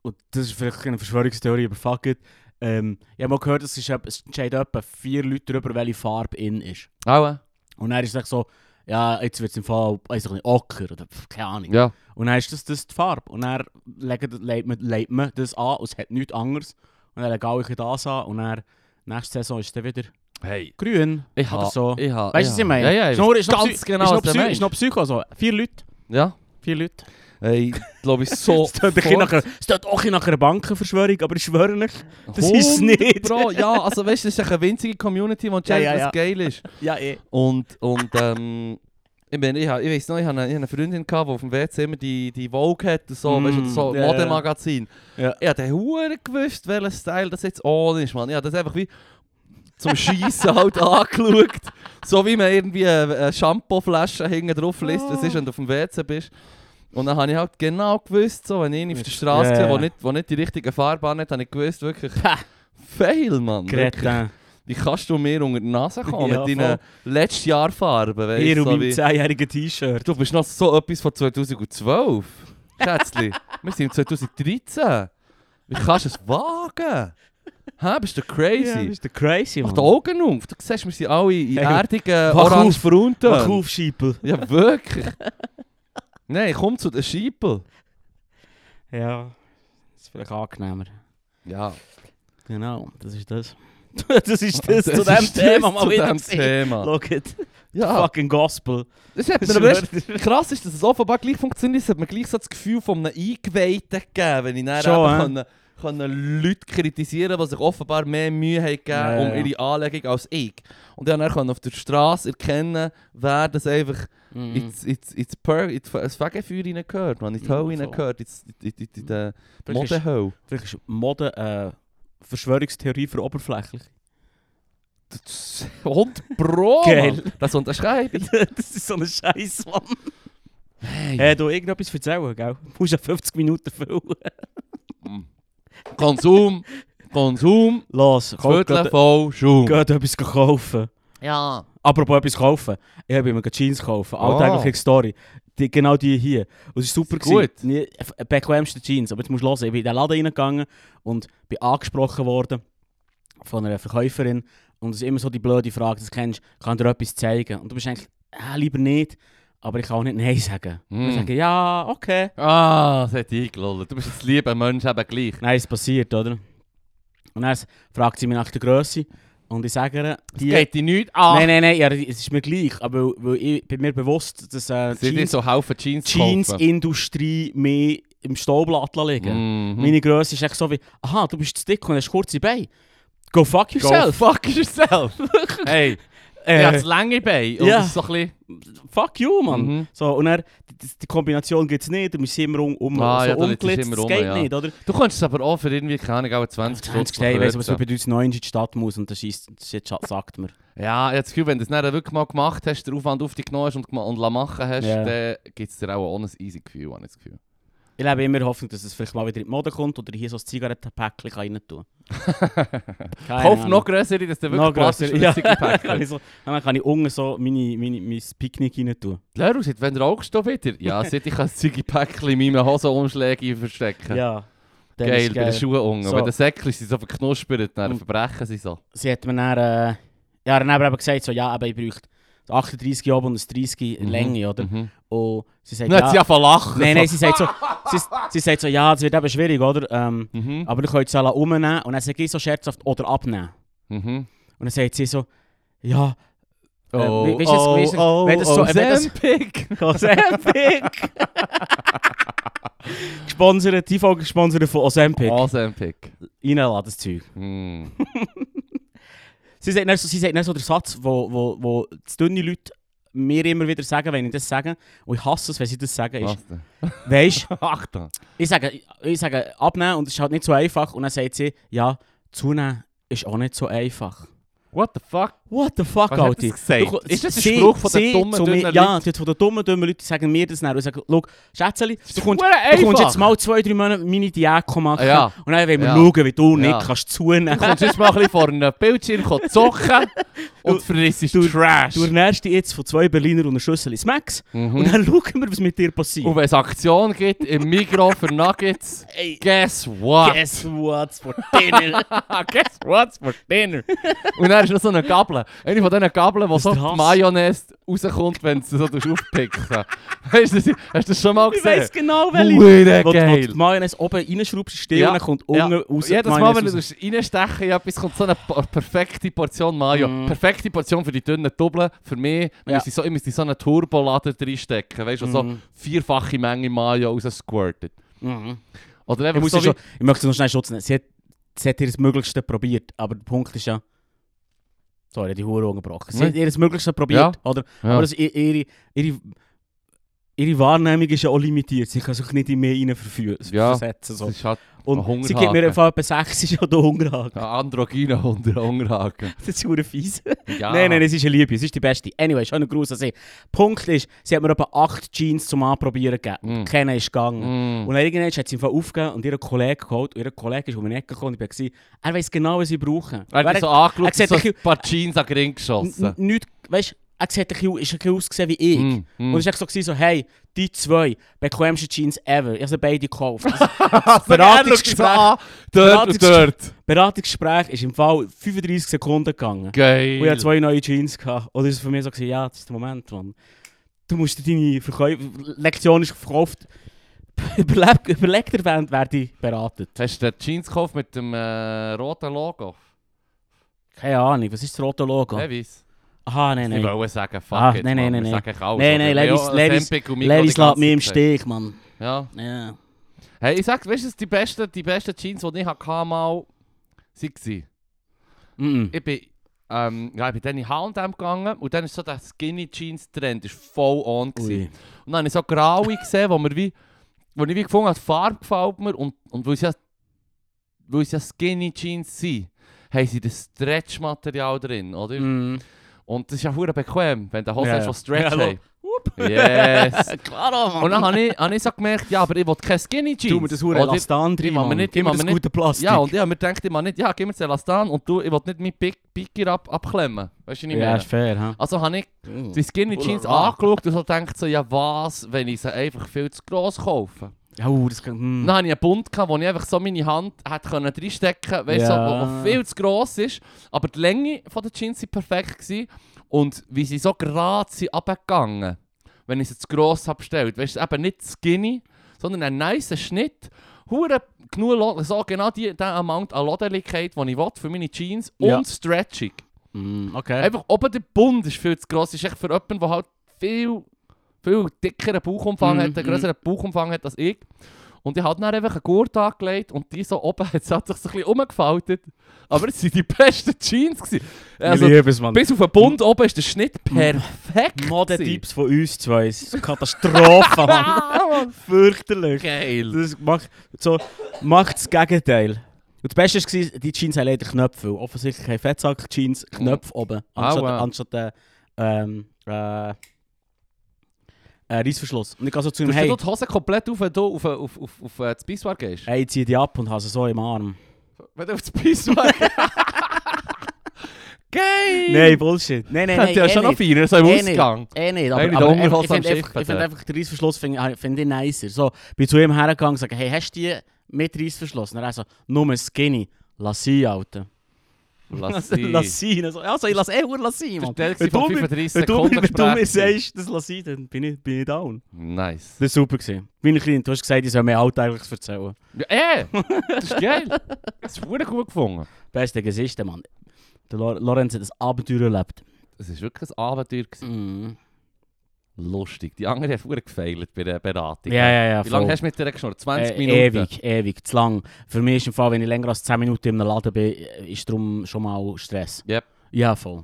Speaker 1: und das ist vielleicht eine Verschwörungstheorie, aber fuck it. Ähm, ich habe mal gehört, es, ist, etwa- es entscheiden etwa vier Leute darüber, welche Farbe in ist.
Speaker 2: Auch?
Speaker 1: Und dann ist es echt so, ja, jetzt wird es im Fall, weiß ich nicht, Ocker oder pf, keine Ahnung.
Speaker 2: Ja.
Speaker 1: Und dann ist das, das die Farbe. Und dann legt, legt, man, legt man das an und es hat nichts anderes. Und dann lege ich das an und dann, nächste Saison ist es dann wieder
Speaker 2: Hey.
Speaker 1: grün.
Speaker 2: Ich
Speaker 1: Oder
Speaker 2: habe.
Speaker 1: so.
Speaker 2: Ich habe.
Speaker 1: Weißt du, was ich meine?
Speaker 2: Ja, ja, ich
Speaker 1: Ist noch-
Speaker 2: weiß
Speaker 1: ist noch
Speaker 2: ganz
Speaker 1: Psy-
Speaker 2: genau,
Speaker 1: ist noch
Speaker 2: was du
Speaker 1: Psy-
Speaker 2: meinst.
Speaker 1: Ist noch Psycho so. Vier Leute.
Speaker 2: Ja.
Speaker 1: Vier Leute.
Speaker 2: Hey, glaube ich so.
Speaker 1: Es tut, ein bisschen nach einer, es tut auch ein bisschen nach einer Bankenverschwörung, aber ich schwöre nicht. das ist es
Speaker 2: 100
Speaker 1: nicht.
Speaker 2: Pro. Ja, also weißt du, das ist echt eine winzige dus Community, die entscheidet,
Speaker 1: Ja, ja, ja.
Speaker 2: was geil ist.
Speaker 1: Ja, eh.
Speaker 2: Und, und ähm, ich meine, ich, hab- ich weiß noch, ich hatte eine, ich hab eine Freundin, gehabt, die auf dem WC immer die, die Vogue hat und so,
Speaker 1: Mm,
Speaker 2: weißt du, so
Speaker 1: ja, ja.
Speaker 2: Modemagazin.
Speaker 1: Ja.
Speaker 2: Ich habe Huren gewusst, welcher Style das jetzt on ist, man. Ich habe das einfach wie zum
Speaker 1: *laughs*
Speaker 2: Schießen halt angeschaut. So wie man irgendwie äh, eine, eine Shampooflasche hinten drauf liest, was ist, wenn du auf dem WC bist. Und dann habe ich halt genau gewusst, so, wenn ich ihn auf der
Speaker 1: Ist- ja,
Speaker 2: Straße yeah. sehe,
Speaker 1: ja.
Speaker 2: wo nicht, wo nicht die richtige Farbe hat, habe ich gewusst, wirklich,
Speaker 1: Ha.
Speaker 2: fail, Mann. Wirklich.
Speaker 1: Greta.
Speaker 2: Wie kannst du mir unter die eh, Nase kommen
Speaker 1: Ja,
Speaker 2: mit deinen letzten Jahrfarben? Weißt,
Speaker 1: Hier
Speaker 2: du,
Speaker 1: und
Speaker 2: so
Speaker 1: meinem
Speaker 2: wie-
Speaker 1: 10-jährigen T-Shirt.
Speaker 2: du bist noch so etwas von 2012.
Speaker 1: *laughs*
Speaker 2: Schätzli, wir sind im 2013. Wie kannst du es wagen? Hä, bist du
Speaker 1: Ja, das
Speaker 2: crazy?
Speaker 1: ist der crazy,
Speaker 2: Mach
Speaker 1: Mann.
Speaker 2: die Augen auf. Du siehst, wir sind alle in
Speaker 1: Hey,
Speaker 2: erdigen
Speaker 1: wach auf, Mach
Speaker 2: Orange-Frunten.
Speaker 1: auf, Scheipel.
Speaker 2: Ja, wirklich. Nein, komm zu den Scheipel.
Speaker 1: Ja. Das ist vielleicht angenehmer. *laughs*
Speaker 2: Ja,
Speaker 1: Genau, das *laughs* ist das. das ist das,
Speaker 2: Das
Speaker 1: zu
Speaker 2: ist
Speaker 1: dem
Speaker 2: das
Speaker 1: Thema mal
Speaker 2: zu
Speaker 1: wieder.
Speaker 2: dem
Speaker 1: gewesen. *laughs*
Speaker 2: Thema.
Speaker 1: Schau jetzt.
Speaker 2: Ja, dus
Speaker 1: Fucking Gospel.
Speaker 2: das hat mir aber erst- krass ist, dass es offenbar gleich funktioniert. Es hat mir gleich so das Gefühl von einem Eingeweihten gegeben, wenn ich dann
Speaker 1: Schon,
Speaker 2: eben
Speaker 1: hä?
Speaker 2: können, können Leute kritisieren die sich offenbar mehr Mühe haben gegeben
Speaker 1: Ja, ja,
Speaker 2: um ihre
Speaker 1: ja.
Speaker 2: Anlegung als ich. Und dann konnte auf der Straße erkennen, wer das einfach
Speaker 1: Mhm.
Speaker 2: ins, ins, ins, Per- ins, ins Fegefeuer reingehört, man, in die
Speaker 1: Mhm,
Speaker 2: Hölle
Speaker 1: voll.
Speaker 2: reingehört, in, in, in, in die
Speaker 1: Vielleicht ist-
Speaker 2: *laughs* Modehölle.
Speaker 1: Vielleicht ist Mode äh, Verschwörungstheorie für oberflächlich. *laughs*
Speaker 2: Das- 100 Pro!
Speaker 1: Geil.
Speaker 2: Mann. Das unterschreibe ich.
Speaker 1: das ist so ein Scheiß, Mann. *laughs* Hey, du irgendetwas erzählen, gell? Du musst ja 50 Minuten füllen.
Speaker 2: Konsum, Konsum,
Speaker 1: Los, komm,
Speaker 2: Viertel
Speaker 1: geht,
Speaker 2: voll Schaum.
Speaker 1: geht etwas kaufen.
Speaker 2: Ja.
Speaker 1: Apropos etwas kaufen. Ich habe immer gerade Jeans gekauft. Alltägliche Story. Die, genau die hier. Und es war super.
Speaker 2: Ist gut.
Speaker 1: gewesen. Nie- f- Bequemste Jeans. Aber jetzt musst du hören. Ich bin in den Laden reingegangen und bin angesprochen worden von einer Verkäuferin. Und es ist immer so die blöde dus Frage, das kennst du, kann dir etwas zeigen? Und du bist eigentlich, ah, lieber nicht. Aber ich kann auch nicht Nein sagen.
Speaker 2: Mm.
Speaker 1: Ich sage, ja, okay.
Speaker 2: Ah, das hat eingelullt. Du bist jetzt lieber Mensch eben gleich.
Speaker 1: Nein, es passiert, oder? Und dann fragt sie mich nach der Größe und ich sage ihr,
Speaker 2: Es
Speaker 1: die...
Speaker 2: geht dich nichts Ah, an.
Speaker 1: Nein, nein, nein, ja, es ist mir gleich, aber weil ich bin mir bewusst, dass äh,
Speaker 2: Sie dir
Speaker 1: Jeans,
Speaker 2: so Haufen Jeans kaufen.
Speaker 1: Jeansindustrie mehr im Staublatt liegen.
Speaker 2: Mhm.
Speaker 1: Meine Größe ist echt so wie, aha, du bist zu dick und hast kurze Beine. Go fuck
Speaker 2: Go
Speaker 1: yourself.
Speaker 2: fuck
Speaker 1: *laughs*
Speaker 2: yourself. hey, ich habe
Speaker 1: äh,
Speaker 2: das lange Bein. Und
Speaker 1: ja.
Speaker 2: das ist so ein bisschen...
Speaker 1: fuck you, Mann.
Speaker 2: also- Mhm.
Speaker 1: So, und dann, die, die Kombination gibt es nicht, du musst immer um, um
Speaker 2: Ah,
Speaker 1: so
Speaker 2: ja, da liegt
Speaker 1: umgelitzt,
Speaker 2: es immer
Speaker 1: das
Speaker 2: um,
Speaker 1: geht
Speaker 2: ja.
Speaker 1: nicht, oder?
Speaker 2: Du kannst es aber auch für irgendwie, keine Ahnung, auch 20 Stutz
Speaker 1: 20 Steine, weißt du, was
Speaker 2: verkürzen.
Speaker 1: bei uns neu in die Stadt muss und das ist, das ist, sagt mir.
Speaker 2: Ja, ich habe das Gefühl, wenn du es dann wirklich mal gemacht hast, den Aufwand auf dich genommen hast und, gema- und la machen hast,
Speaker 1: Ja.
Speaker 2: dann gibt es dir auch ein easy Gefühl, habe ich das Gefühl.
Speaker 1: Ich lebe immer Hoffnung, dass es vielleicht mal wieder in die Mode kommt oder hier so ein Zigarettenpäckchen kann rein
Speaker 2: *laughs*
Speaker 1: tun kann.
Speaker 2: Kauf noch grössere, dass du
Speaker 1: Noch
Speaker 2: wirklich
Speaker 1: grösser,
Speaker 2: klassisch
Speaker 1: ja. *laughs*
Speaker 2: flüssige
Speaker 1: kann ich
Speaker 2: Päckchen.
Speaker 1: so, Dann kann ich unten so meine, meine, mein Picknick rein tun.
Speaker 2: Leru, seit wann rauchst du wieder? Ja, seit ich kann das Ziggy-Päckchen in meinen Hosenumschlägen verstecken.
Speaker 1: Ja. Dann
Speaker 2: Geil,
Speaker 1: ist
Speaker 2: bei den Schuhen unten.
Speaker 1: So.
Speaker 2: Bei den Säckchen sind sie so verknuspert, dann
Speaker 1: Und-
Speaker 2: verbrechen sie so.
Speaker 1: Sie hat mir dann, äh, ja, dann eben gesagt, so, ja, aber ich bräuchte 38 oben und ein 30
Speaker 2: Mhm.
Speaker 1: Länge, oder?
Speaker 2: Mhm.
Speaker 1: Und sie sagt,
Speaker 2: Dann hat sie
Speaker 1: ja,
Speaker 2: angefangen zu lachen.
Speaker 1: nein,
Speaker 2: so.
Speaker 1: nein, sie sagt so, sie, sie sagt so, ja, es wird eben schwierig, oder? Ähm,
Speaker 2: Mhm.
Speaker 1: aber du könntest es auch umnehmen und dann sage ich so scherzhaft, oder abnehmen.
Speaker 2: Mhm.
Speaker 1: Und dann sagt sie so, ja, *laughs*
Speaker 2: Oh,
Speaker 1: Äh, wie-
Speaker 2: oh,
Speaker 1: wie ist es gewesen?
Speaker 2: oh,
Speaker 1: Wenn das so-
Speaker 2: oh,
Speaker 1: wenn das- *laughs*
Speaker 2: Ozempic. *laughs*
Speaker 1: Ozempic! gesponsert, die Folge gesponsert von Ozempic.
Speaker 2: Ah. Oh, Ozempic.
Speaker 1: Reinladen das Zeug.
Speaker 2: Mm.
Speaker 1: Sie sagt dann so, sie sagt dann so den Satz, wo, wo, wo die dünne Leute mir immer wieder sagen, wenn ich das sage. Und ich hasse es, wenn sie das sagen. Ist,
Speaker 2: Was denn?
Speaker 1: *laughs* weisst,
Speaker 2: Achtung.
Speaker 1: ich sage, ich sage abnehmen und es ist halt nicht so einfach. Und dann sagt sie, ja, zunehmen ist auch nicht so einfach.
Speaker 2: What the fuck?
Speaker 1: What the fuck,
Speaker 2: Was hat
Speaker 1: Alti?
Speaker 2: das gesagt?
Speaker 1: Du-
Speaker 2: Ist das ein
Speaker 1: sie-
Speaker 2: Spruch von den
Speaker 1: sie
Speaker 2: dummen,
Speaker 1: zu mir-
Speaker 2: dünnen
Speaker 1: Ja, die von den dummen, dünnen Leuten sagen mir das nicht. Und ich sage, schau, Schätzeli, du kommst,
Speaker 2: Du
Speaker 1: Du kommst jetzt mal zwei, drei Monate meine Diäko machen
Speaker 2: Ja.
Speaker 1: und dann wollen wir
Speaker 2: Ja.
Speaker 1: schauen, wie du
Speaker 2: Ja.
Speaker 1: nicht kannst zunehmen
Speaker 2: Du kommst jetzt mal ein bisschen vor einem Bildschirm kommen zocken und
Speaker 1: Du-
Speaker 2: frissest
Speaker 1: du-
Speaker 2: Trash.
Speaker 1: Du ernährst dich jetzt von zwei Berliner und einer Schüssel Smacks
Speaker 2: mhm.
Speaker 1: und
Speaker 2: Und,
Speaker 1: dann schauen wir, was mit dir passiert.
Speaker 2: wenn es Aktion gibt im Migros für Nuggets,
Speaker 1: Ey,
Speaker 2: guess what?
Speaker 1: guess what's for dinner?
Speaker 2: *laughs* guess what's for *laughs* dinner? und dann ist noch so eine Gabel. Eine von diesen Gabeln, wo
Speaker 1: ist
Speaker 2: so die
Speaker 1: der Hass.
Speaker 2: Mayonnaise rauskommt, wenn du sie so aufpickst. *laughs* Hast du das, hast du das schon mal
Speaker 1: ich
Speaker 2: gesehen?
Speaker 1: weiss genau, welche.
Speaker 2: Hure
Speaker 1: Wo, du- wo du
Speaker 2: geil.
Speaker 1: die Mayonnaise oben reinschraubst, still
Speaker 2: Ja.
Speaker 1: und dann kommt
Speaker 2: Ja.
Speaker 1: unten raus. die
Speaker 2: Jedes Mal, wenn du
Speaker 1: Mayonnaise raus.
Speaker 2: reinstechen dus in etwas, kommt so eine po- perfekte Portion Mayo.
Speaker 1: Mm.
Speaker 2: Perfekte Portion für die dünnen Doppeln. Für mich
Speaker 1: Ja.
Speaker 2: müsste ich so, ich müsste so einen Turbolader reinstecken. Weißt du, so
Speaker 1: Mhm.
Speaker 2: vierfache Menge Mayo rausgesquirtet.
Speaker 1: Mhm.
Speaker 2: Oder
Speaker 1: Ich,
Speaker 2: einfach
Speaker 1: muss
Speaker 2: so
Speaker 1: sie
Speaker 2: wie,
Speaker 1: schon, ich möchte sie noch schnell schützen. Sie hat, sie hat ihr das Möglichste probiert, aber der Punkt ist ja... Sorry, die Hure ungebrochen. Sie
Speaker 2: Nein.
Speaker 1: hat ihr das Möglichste probiert, oder?
Speaker 2: ja.
Speaker 1: Aber das, i- ihre, ihre, ihre Wahrnehmung ist ja auch limitiert. Sie kann sich nicht in mehr rein verfü-
Speaker 2: Ja.
Speaker 1: versetzen. So.
Speaker 2: Das ist halt
Speaker 1: Und
Speaker 2: Hungerhaken.
Speaker 1: sie gibt mir einfach etwa 6 *laughs* ist ja der Hungerhaken.
Speaker 2: ein androgyner Hunger- Hungerhaken.
Speaker 1: Das ist hure fies.
Speaker 2: Ja.
Speaker 1: Nein, nein, es ist eine Liebe, es ist die beste. Anyway, schönen Gruß an sie. Punkt ist, sie hat mir etwa 8 Jeans zum Anprobieren gegeben.
Speaker 2: Mm.
Speaker 1: Kennen ist gegangen.
Speaker 2: Mm.
Speaker 1: Und dann irgendwann hat sie im Fall aufgegeben und ihren Kollegen geholt. Und ihr Kollege ist um die Ecke gekommen und ich war, er weiß genau, was sie brauchen.
Speaker 2: Er hat
Speaker 1: Wer-
Speaker 2: dich so angeschaut,
Speaker 1: er sieht
Speaker 2: so
Speaker 1: ein
Speaker 2: ein paar Jeans an den Ring
Speaker 1: N-
Speaker 2: geschossen.
Speaker 1: Nicht, weißt du, er sieht ein bisschen- ist ein bisschen ausgesehen wie ich.
Speaker 2: Mm, mm.
Speaker 1: Und es war so, gewesen, so, hey, die zwei bequemsten Jeans ever. Ich habe sie beide gekauft. Also,
Speaker 2: *laughs*
Speaker 1: Das Beratungsgespräch,
Speaker 2: Ah, Dort und
Speaker 1: Beratungsgespräch.
Speaker 2: dort.
Speaker 1: Beratungsgespräch ist im Fall 35 Sekunden gegangen.
Speaker 2: Geil.
Speaker 1: Und ich hatte zwei neue Jeans. Oh, Gehabt. Oder ist es für mich so, gewesen, ja, das ist der Moment, Mann. Du musst dir deine Verkäu Lektion ist *laughs* verkauft. Überleg, überleg dir, wer, wer dich beratet.
Speaker 2: Hast du den Jeans gekauft mit dem äh, roten Logo?
Speaker 1: Keine Ahnung, was ist das rote Logo? Ah,
Speaker 2: Levis.
Speaker 1: Aha, nein,
Speaker 2: Ich
Speaker 1: nein.
Speaker 2: wollte sagen, fuck
Speaker 1: Ah,
Speaker 2: it,
Speaker 1: nein,
Speaker 2: Mann,
Speaker 1: nein,
Speaker 2: wir
Speaker 1: nein,
Speaker 2: sagen alles.
Speaker 1: Nein, nein,
Speaker 2: oder?
Speaker 1: Levis-
Speaker 2: Ja,
Speaker 1: Levis-
Speaker 2: Sempic und Mikro die
Speaker 1: Levis lässt
Speaker 2: ganze
Speaker 1: mich im
Speaker 2: Zeit.
Speaker 1: Stich, Mann.
Speaker 2: Ja.
Speaker 1: Ja.
Speaker 2: Hey, ich sag, weißt du, die besten, die besten Jeans, die ich hatte, mal sie waren.
Speaker 1: Mm -mm.
Speaker 2: Ich bin, ähm, ja, ich bin dann in H&M gegangen und dann ist so der Skinny Jeans Trend ist voll on
Speaker 1: Ui.
Speaker 2: gewesen. Und dann habe ich so graue gesehen, wo mir wie, wo ich wie gefunden habe, die Farbe gefällt mir und, und weil es ja, weil es ja Skinny Jeans sind, haben sie das Stretch-Material drin, oder?
Speaker 1: Mm.
Speaker 2: Und das ist ja hure bequem, wenn der Hose
Speaker 1: Ja,
Speaker 2: hast,
Speaker 1: ja.
Speaker 2: die Stretch
Speaker 1: Ja,
Speaker 2: haben. Yes!
Speaker 1: *laughs* Klaro, Mann.
Speaker 2: Und dann habe ich, hab ich so gemerkt, ja, aber ich will keine Skinny Jeans.
Speaker 1: Du mir das Hure
Speaker 2: Oder-
Speaker 1: Elastan drin,
Speaker 2: ich mach mir
Speaker 1: Mann.
Speaker 2: nicht-
Speaker 1: Gib mir
Speaker 2: ich mach
Speaker 1: das
Speaker 2: mir nicht-
Speaker 1: gute Plastik.
Speaker 2: Ja, und ich habe mir gedacht immer nicht, ja, gib mir das Elastan und du, ich will nicht meinen Big Picker ab, abklemmen. Weißt du, was ich
Speaker 1: Ja,
Speaker 2: meine?
Speaker 1: ist fair, hä?
Speaker 2: Also habe ich die Skinny Jeans
Speaker 1: Ulala.
Speaker 2: angeschaut und so gedacht, so, ja was, wenn ich sie einfach viel zu gross kaufe.
Speaker 1: Ja, uh, das kann... Mm.
Speaker 2: Dann hatte ich einen Bund, gehabt, wo ich einfach so meine Hand hätte können reinstecken konnte, weißt du,
Speaker 1: Ja.
Speaker 2: so, wo- wo viel zu gross ist. Aber die Länge von der Jeans war perfekt gewesen. und wie sie so gerade sind runtergegangen, wenn ich sie zu gross habe bestellt. Weißt du, eben nicht skinny, sondern ein nicer Schnitt. Hure genug, Lo- so genau die, den Amount an Lodeligkeit, den ich will für meine Jeans
Speaker 1: Ja.
Speaker 2: und stretchig.
Speaker 1: Mm, okay.
Speaker 2: Einfach oben der Bund ist viel zu gross. Ist echt für jemanden, der halt viel, viel dickeren Bauchumfang
Speaker 1: Mhm,
Speaker 2: hat, einen
Speaker 1: mhm.
Speaker 2: größeren Bauchumfang hat als ich. Und ich habe dann einfach einen Gurt angelegt und die so oben *laughs* hat, es hat sich so ein bisschen umgefaltet. Aber es waren die besten Jeans. Gewesen. Also,
Speaker 1: ich liebe es, Mann.
Speaker 2: bis auf den Bund oben ist der Schnitt
Speaker 1: Mhm.
Speaker 2: perfekt.
Speaker 1: Modetipes von uns zwei. Das ist Katastrophe, Mann.
Speaker 2: *laughs* Mann.
Speaker 1: Fürchterlich.
Speaker 2: Geil.
Speaker 1: Das macht, so, macht das Gegenteil. Und das Beste war, die Jeans haben leider Knöpfe. weil Offensichtlich haben Fettsack-Jeans Knöpfe oben. Anstatt,
Speaker 2: Aua.
Speaker 1: anstatt äh, ähm, äh, äh, eh, Reissverschluss. Und ich gehe so zu
Speaker 2: Du
Speaker 1: ihm,
Speaker 2: hast
Speaker 1: hey,
Speaker 2: die Hose komplett auf, wenn du auf, auf, auf, auf äh, das Pissoir gehst.
Speaker 1: hey, ich zieh die ab und habe sie so im Arm.
Speaker 2: Wenn du auf das
Speaker 1: *laughs*
Speaker 2: Pissoir Geil!
Speaker 1: Nein, Bullshit. Nein, nein,
Speaker 2: Könnte
Speaker 1: nein.
Speaker 2: ja schon noch
Speaker 1: eh
Speaker 2: feiern, so im
Speaker 1: Eh nicht.
Speaker 2: Ausgang.
Speaker 1: Eh nicht,
Speaker 2: Nein,
Speaker 1: aber,
Speaker 2: mit
Speaker 1: aber einfach-
Speaker 2: der Unterhose
Speaker 1: ich
Speaker 2: am
Speaker 1: finde einfach,
Speaker 2: Schiffen,
Speaker 1: ich find
Speaker 2: ja.
Speaker 1: einfach den Reissverschluss finde ich, find ich ah, nicer. So, bin zu ihm hergegangen und sage, hey, hast du die mit Reissverschluss? Und er so, nur skinny. Lass sie, *laughs* Alter. *laughs*
Speaker 2: Lass
Speaker 1: Lass sie. Also, also ich lass eh nur lass sie, Mann.
Speaker 2: Verstellt
Speaker 1: Wenn
Speaker 2: sie von
Speaker 1: du mir-
Speaker 2: 35
Speaker 1: Wenn du
Speaker 2: Sekunden
Speaker 1: mir, wenn du mir
Speaker 2: Gespräch.
Speaker 1: sagst, das lass ich, dann bin ich, bin ich down.
Speaker 2: Nice.
Speaker 1: Das war super. Gewesen. Meine Kleine, du hast gesagt, ich soll mir alltägliches erzählen.
Speaker 2: Ja, eh! Das ist geil! Das ist verdammt gut gefunden.
Speaker 1: Beste Gesichter, Mann. Der Lor Lorenz hat das Abenteuer erlebt.
Speaker 2: Das war wirklich ein Abenteuer. Gewesen.
Speaker 1: Mhm.
Speaker 2: Lustig. Die andere hat verdammt gefeilt bei der Beratung.
Speaker 1: Ja, ja, ja.
Speaker 2: Wie lange
Speaker 1: voll.
Speaker 2: hast du mit dir geschnurrt? 20
Speaker 1: Äh,
Speaker 2: Minuten?
Speaker 1: Ewig, ewig, zu lang. Für mich ist im Fall, wenn ich länger als 10 Minuten in einem Laden bin, äh, ist darum schon mal Stress.
Speaker 2: Yep.
Speaker 1: Ja, voll.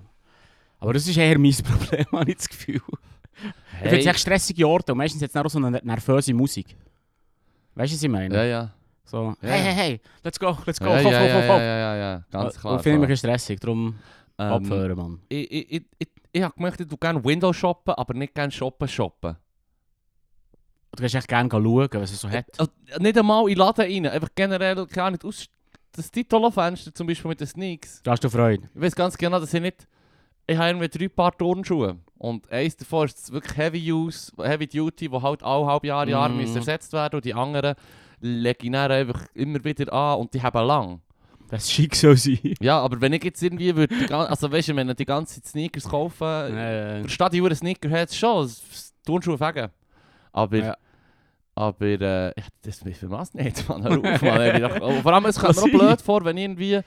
Speaker 1: Aber das ist eher mein *laughs* Problem, habe ich das Gefühl. Ich
Speaker 2: Hey.
Speaker 1: finde es echt stressige Orte und meistens jetzt auch so eine nervöse Musik. Weißt du, was ich meine?
Speaker 2: Ja, ja.
Speaker 1: So, hey,
Speaker 2: Ja, ja.
Speaker 1: hey, hey, let's go, let's go,
Speaker 2: ja,
Speaker 1: hopp, hopp,
Speaker 2: ja, ja,
Speaker 1: hopp, hopp.
Speaker 2: ja, ja, ja. Ganz klar.
Speaker 1: Ich Äh, finde
Speaker 2: so.
Speaker 1: mich stressig, darum
Speaker 2: Ähm,
Speaker 1: abhören, Mann.
Speaker 2: ich, ich, ich, ich, ich habe gemerkt, ich würde gerne Windows shoppen, aber nicht gerne shoppen shoppen.
Speaker 1: Du kannst echt gerne schauen, was es so hat.
Speaker 2: Also, nicht einmal in den Laden rein. Einfach generell gar nicht aus... Das Titolo-Fenster zum Beispiel mit den Sneaks.
Speaker 1: Da hast du Freude.
Speaker 2: Ich weiß ganz genau, dass ich nicht. Ich habe irgendwie drei Paar Turnschuhe. Und eins davon ist wirklich Heavy Use, Heavy Duty, die halt alle halbe Jahr, Jahr
Speaker 1: Mm.
Speaker 2: müssen ersetzt werden. Und die anderen lege ich dann einfach immer wieder an und die haben lang.
Speaker 1: Das ist schick so sein.
Speaker 2: Ja, aber wenn ich jetzt irgendwie würde, die gan- also weißt du, wenn ich die ganze Zeit Sneakers kaufe, äh,
Speaker 1: Äh,
Speaker 2: verstehe ich, wo Sneaker hat, schon, es- es- Turnschuhe fegen. Aber,
Speaker 1: Ja.
Speaker 2: aber, äh, ja, das will ich vermassen nicht, Mann. Hör auf, Mann. ey, ich dachte, oh, Vor allem, es kommt mir auch blöd vor, wenn ich irgendwie,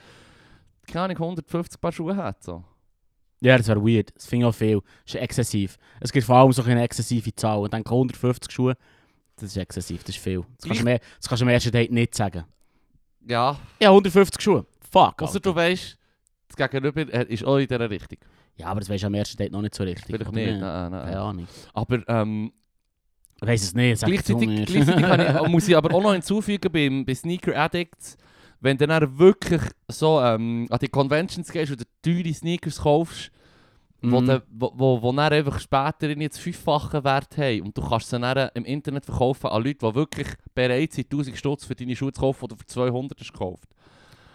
Speaker 2: keine Ahnung, 150 Paar Schuhe hätte. So.
Speaker 1: Ja, das wäre weird. Das finde ich auch viel. Das ist exzessiv. Es gibt vor allem so eine exzessive Zahl. Und dann 150 Schuhe, das ist exzessiv, das ist viel. Das kannst du mir, das kannst du am ersten Date nicht sagen.
Speaker 2: Ja,
Speaker 1: Ja, 150 Schuhe. Fuck.
Speaker 2: Außer
Speaker 1: Alter.
Speaker 2: du weißt, das Gegenüber er ist auch in dieser Richtung.
Speaker 1: Ja, aber das weißt du am ersten Date noch nicht so richtig.
Speaker 2: Vielleicht
Speaker 1: oder?
Speaker 2: nicht. Ah, Nein, nein,
Speaker 1: Keine
Speaker 2: nein.
Speaker 1: Ahnung.
Speaker 2: Nou, Aber ähm,
Speaker 1: Ich weiss es nicht. Sag es du
Speaker 2: gleichzeitig,
Speaker 1: mir.
Speaker 2: gleichzeitig
Speaker 1: *laughs*
Speaker 2: kann ich, muss ich oh, aber auch noch hinzufügen beim, bei Sneaker Addicts, wenn du dann wirklich so ähm, an die Conventions gehst oder teure Sneakers kaufst, wo,
Speaker 1: Mhm.
Speaker 2: de, wo, wo, wo dann einfach später in jetzt fünffachen Wert haben und du kannst sie dann im Internet verkaufen an Leute, die wirklich bereit sind, 1000 Stutz für deine Schuhe zu kaufen, die du für 200 hast gekauft.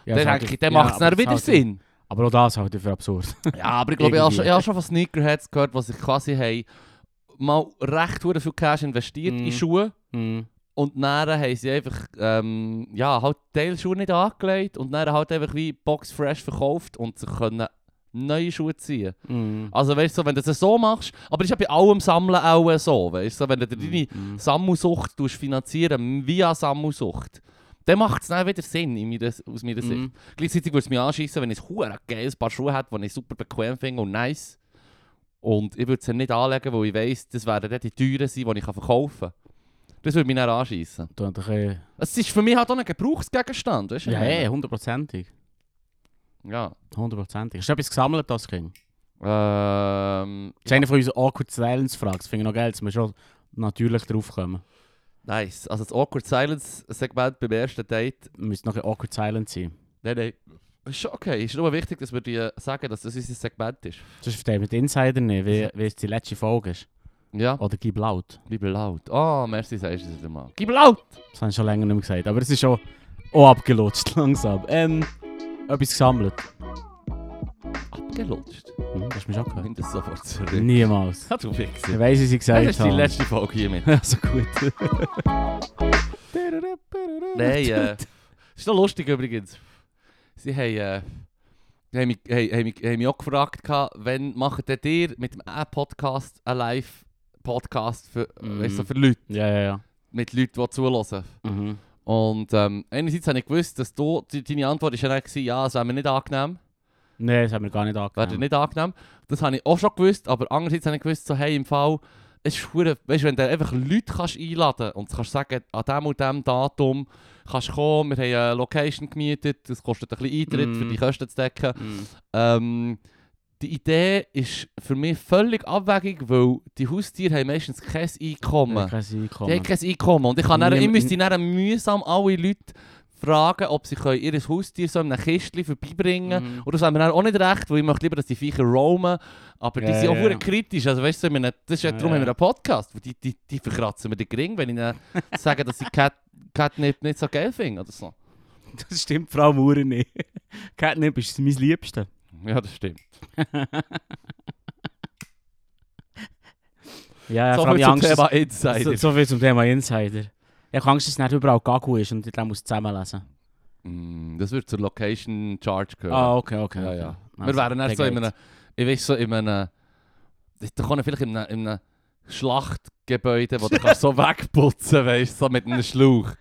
Speaker 1: Ja, das
Speaker 2: dann
Speaker 1: halte
Speaker 2: denke ich,
Speaker 1: ich-
Speaker 2: dann
Speaker 1: ja,
Speaker 2: macht es
Speaker 1: aber
Speaker 2: dann
Speaker 1: das
Speaker 2: wieder
Speaker 1: halte ich-
Speaker 2: Sinn.
Speaker 1: Aber auch das halte ich für absurd.
Speaker 2: *laughs* Ja, aber ich glaube, ich habe schon,
Speaker 1: Irgendwie.
Speaker 2: ich habe schon von Sneakerheads gehört, die sich quasi haben, mal recht hure viel Cash investiert
Speaker 1: Mhm.
Speaker 2: in Schuhe
Speaker 1: Mhm.
Speaker 2: und dann haben sie einfach ähm, ja, halt Teilschuhe nicht angelegt und dann halt einfach wie Box Fresh verkauft und sie können neue Schuhe ziehen.
Speaker 1: Mhm.
Speaker 2: Also weißt du, wenn du das so machst, aber ist ja bei allem Sammeln auch so, weißt du, wenn du deine
Speaker 1: Mhm.
Speaker 2: Sammelsucht tust finanzieren via Sammelsucht, dann macht es dann wieder Sinn in meiner, aus meiner Sicht.
Speaker 1: Mhm.
Speaker 2: Gleichzeitig würde es mich anschießen, wenn ich ein hure geiles Paar Schuhe hätte, die ich super bequem finde und nice. Und ich würde es nicht anlegen, weil ich weiss, das werden dann die teuren sein, die ich kann verkaufen kann. Das würde mich dann anschiessen.
Speaker 1: Du hast äh, ein
Speaker 2: Es ist für mich halt auch ein Gebrauchsgegenstand, weißt du?
Speaker 1: Ja, eh, hundertprozentig.
Speaker 2: ja.
Speaker 1: Hundertprozentig. Hast du etwas gesammelt als Kind?
Speaker 2: Ähm,
Speaker 1: Das ist eine von unseren Awkward Silence Fragen. Das finde ich noch geil, dass wir schon natürlich drauf kommen.
Speaker 2: nice. Also das Awkward Silence Segment beim ersten Date.
Speaker 1: Müsste noch ein Awkward Silence sein.
Speaker 2: Nein, nein. Ist schon okay. Ist nur wichtig, dass wir dir sagen, dass das unser Segment ist.
Speaker 1: Sonst verstehen wir die Insider nicht, wie, wie es die letzte Folge ist.
Speaker 2: Ja.
Speaker 1: Oder gib laut.
Speaker 2: Gib laut. Ah, merci, sagst du es wieder mal. Gib laut!
Speaker 1: Das haben wir schon länger nicht mehr gesagt. Aber es ist schon auch abgelutscht *laughs* langsam. Ähm, etwas gesammelt.
Speaker 2: Abgelutscht.
Speaker 1: Hm, hast du mich auch gehört?
Speaker 2: Nimm das sofort zurück.
Speaker 1: Niemals.
Speaker 2: Ja, du Wichser.
Speaker 1: Ich weiss, was ich
Speaker 2: Das
Speaker 1: gesagt
Speaker 2: ist
Speaker 1: *laughs*
Speaker 2: die
Speaker 1: habe.
Speaker 2: letzte Folge hier mit.
Speaker 1: Also gut.
Speaker 2: *laughs* Nein, äh, ist noch lustig übrigens. Sie haben, äh, haben, mich, haben, haben, mich, haben mich auch gefragt, gehabt, wenn macht denn ihr mit dem einen Podcast einen Live-Podcast für,
Speaker 1: Mhm.
Speaker 2: weißt du, für Leute,
Speaker 1: Ja, ja, ja.
Speaker 2: mit Leuten, die zuhören?
Speaker 1: Mhm.
Speaker 2: Und ähm, einerseits habe ich gewusst, dass du, dus die- deine Antwort ist ja dann gewesen, ja, es wäre mir nicht angenehm.
Speaker 1: Nein, das haben wir gar nicht
Speaker 2: Wäre
Speaker 1: angefangen.
Speaker 2: dir nicht angenehm. Das habe ich auch schon gewusst, aber andererseits habe ich gewusst, so, hey, im Fall, es ist hure- weißt, du, wenn du einfach Leute kannst einladen und kannst sagen, an dem und dem Datum kannst du kommen, wir haben eine Location gemietet, das kostet ein bisschen Eintritt,
Speaker 1: Mhm.
Speaker 2: für die Kosten zu decken.
Speaker 1: Mhm.
Speaker 2: Ähm, die Idee ist für mich völlig abwegig, weil die Haustiere haben meistens kein Einkommen.
Speaker 1: Kein Einkommen.
Speaker 2: Die haben kein Einkommen. Und ich, kann dann, ich
Speaker 1: Niem-
Speaker 2: müsste dann mühsam alle Leute fragen, ob sie können ihr Haustier so in einem Kistchen vorbeibringen können.
Speaker 1: Mhm.
Speaker 2: Und das haben wir dann auch nicht recht, weil ich möchte lieber, dass die Viecher roamen. Aber die
Speaker 1: Ja,
Speaker 2: sind auch
Speaker 1: ja.
Speaker 2: hure kritisch. Also weißt du, so in einem- das ist ja,
Speaker 1: Ja,
Speaker 2: darum
Speaker 1: ja.
Speaker 2: haben wir einen Podcast. weil Die, die, die verkratzen mir den Gring, wenn ich
Speaker 1: *laughs*
Speaker 2: ihnen sage, dass ich Cat, Catnip nicht so geil finde oder so.
Speaker 1: Das stimmt Frau Maurer nicht. *laughs* Catnip ist mein Liebste.
Speaker 2: Ja, das stimmt.
Speaker 1: Ja,
Speaker 2: so
Speaker 1: Frau
Speaker 2: viel zum
Speaker 1: Angst,
Speaker 2: Thema
Speaker 1: dass-
Speaker 2: Insider.
Speaker 1: so, so viel zum Thema Insider. Ich habe Angst, dass es nicht überall Gagu ist und ich dann muss zusammenlesen.
Speaker 2: Mm, das wird zur Location Charge gehören.
Speaker 1: Ah, okay, okay.
Speaker 2: Ja,
Speaker 1: okay.
Speaker 2: ja.
Speaker 1: Also,
Speaker 2: Wir wären dann
Speaker 1: der
Speaker 2: so in
Speaker 1: geht's.
Speaker 2: einem, ich weiß so in eh, einem, da kann ich vielleicht in einem, in einem Schlachtgebäude, wo du kannst so wegputzen weißt, so mit einem Schlauch.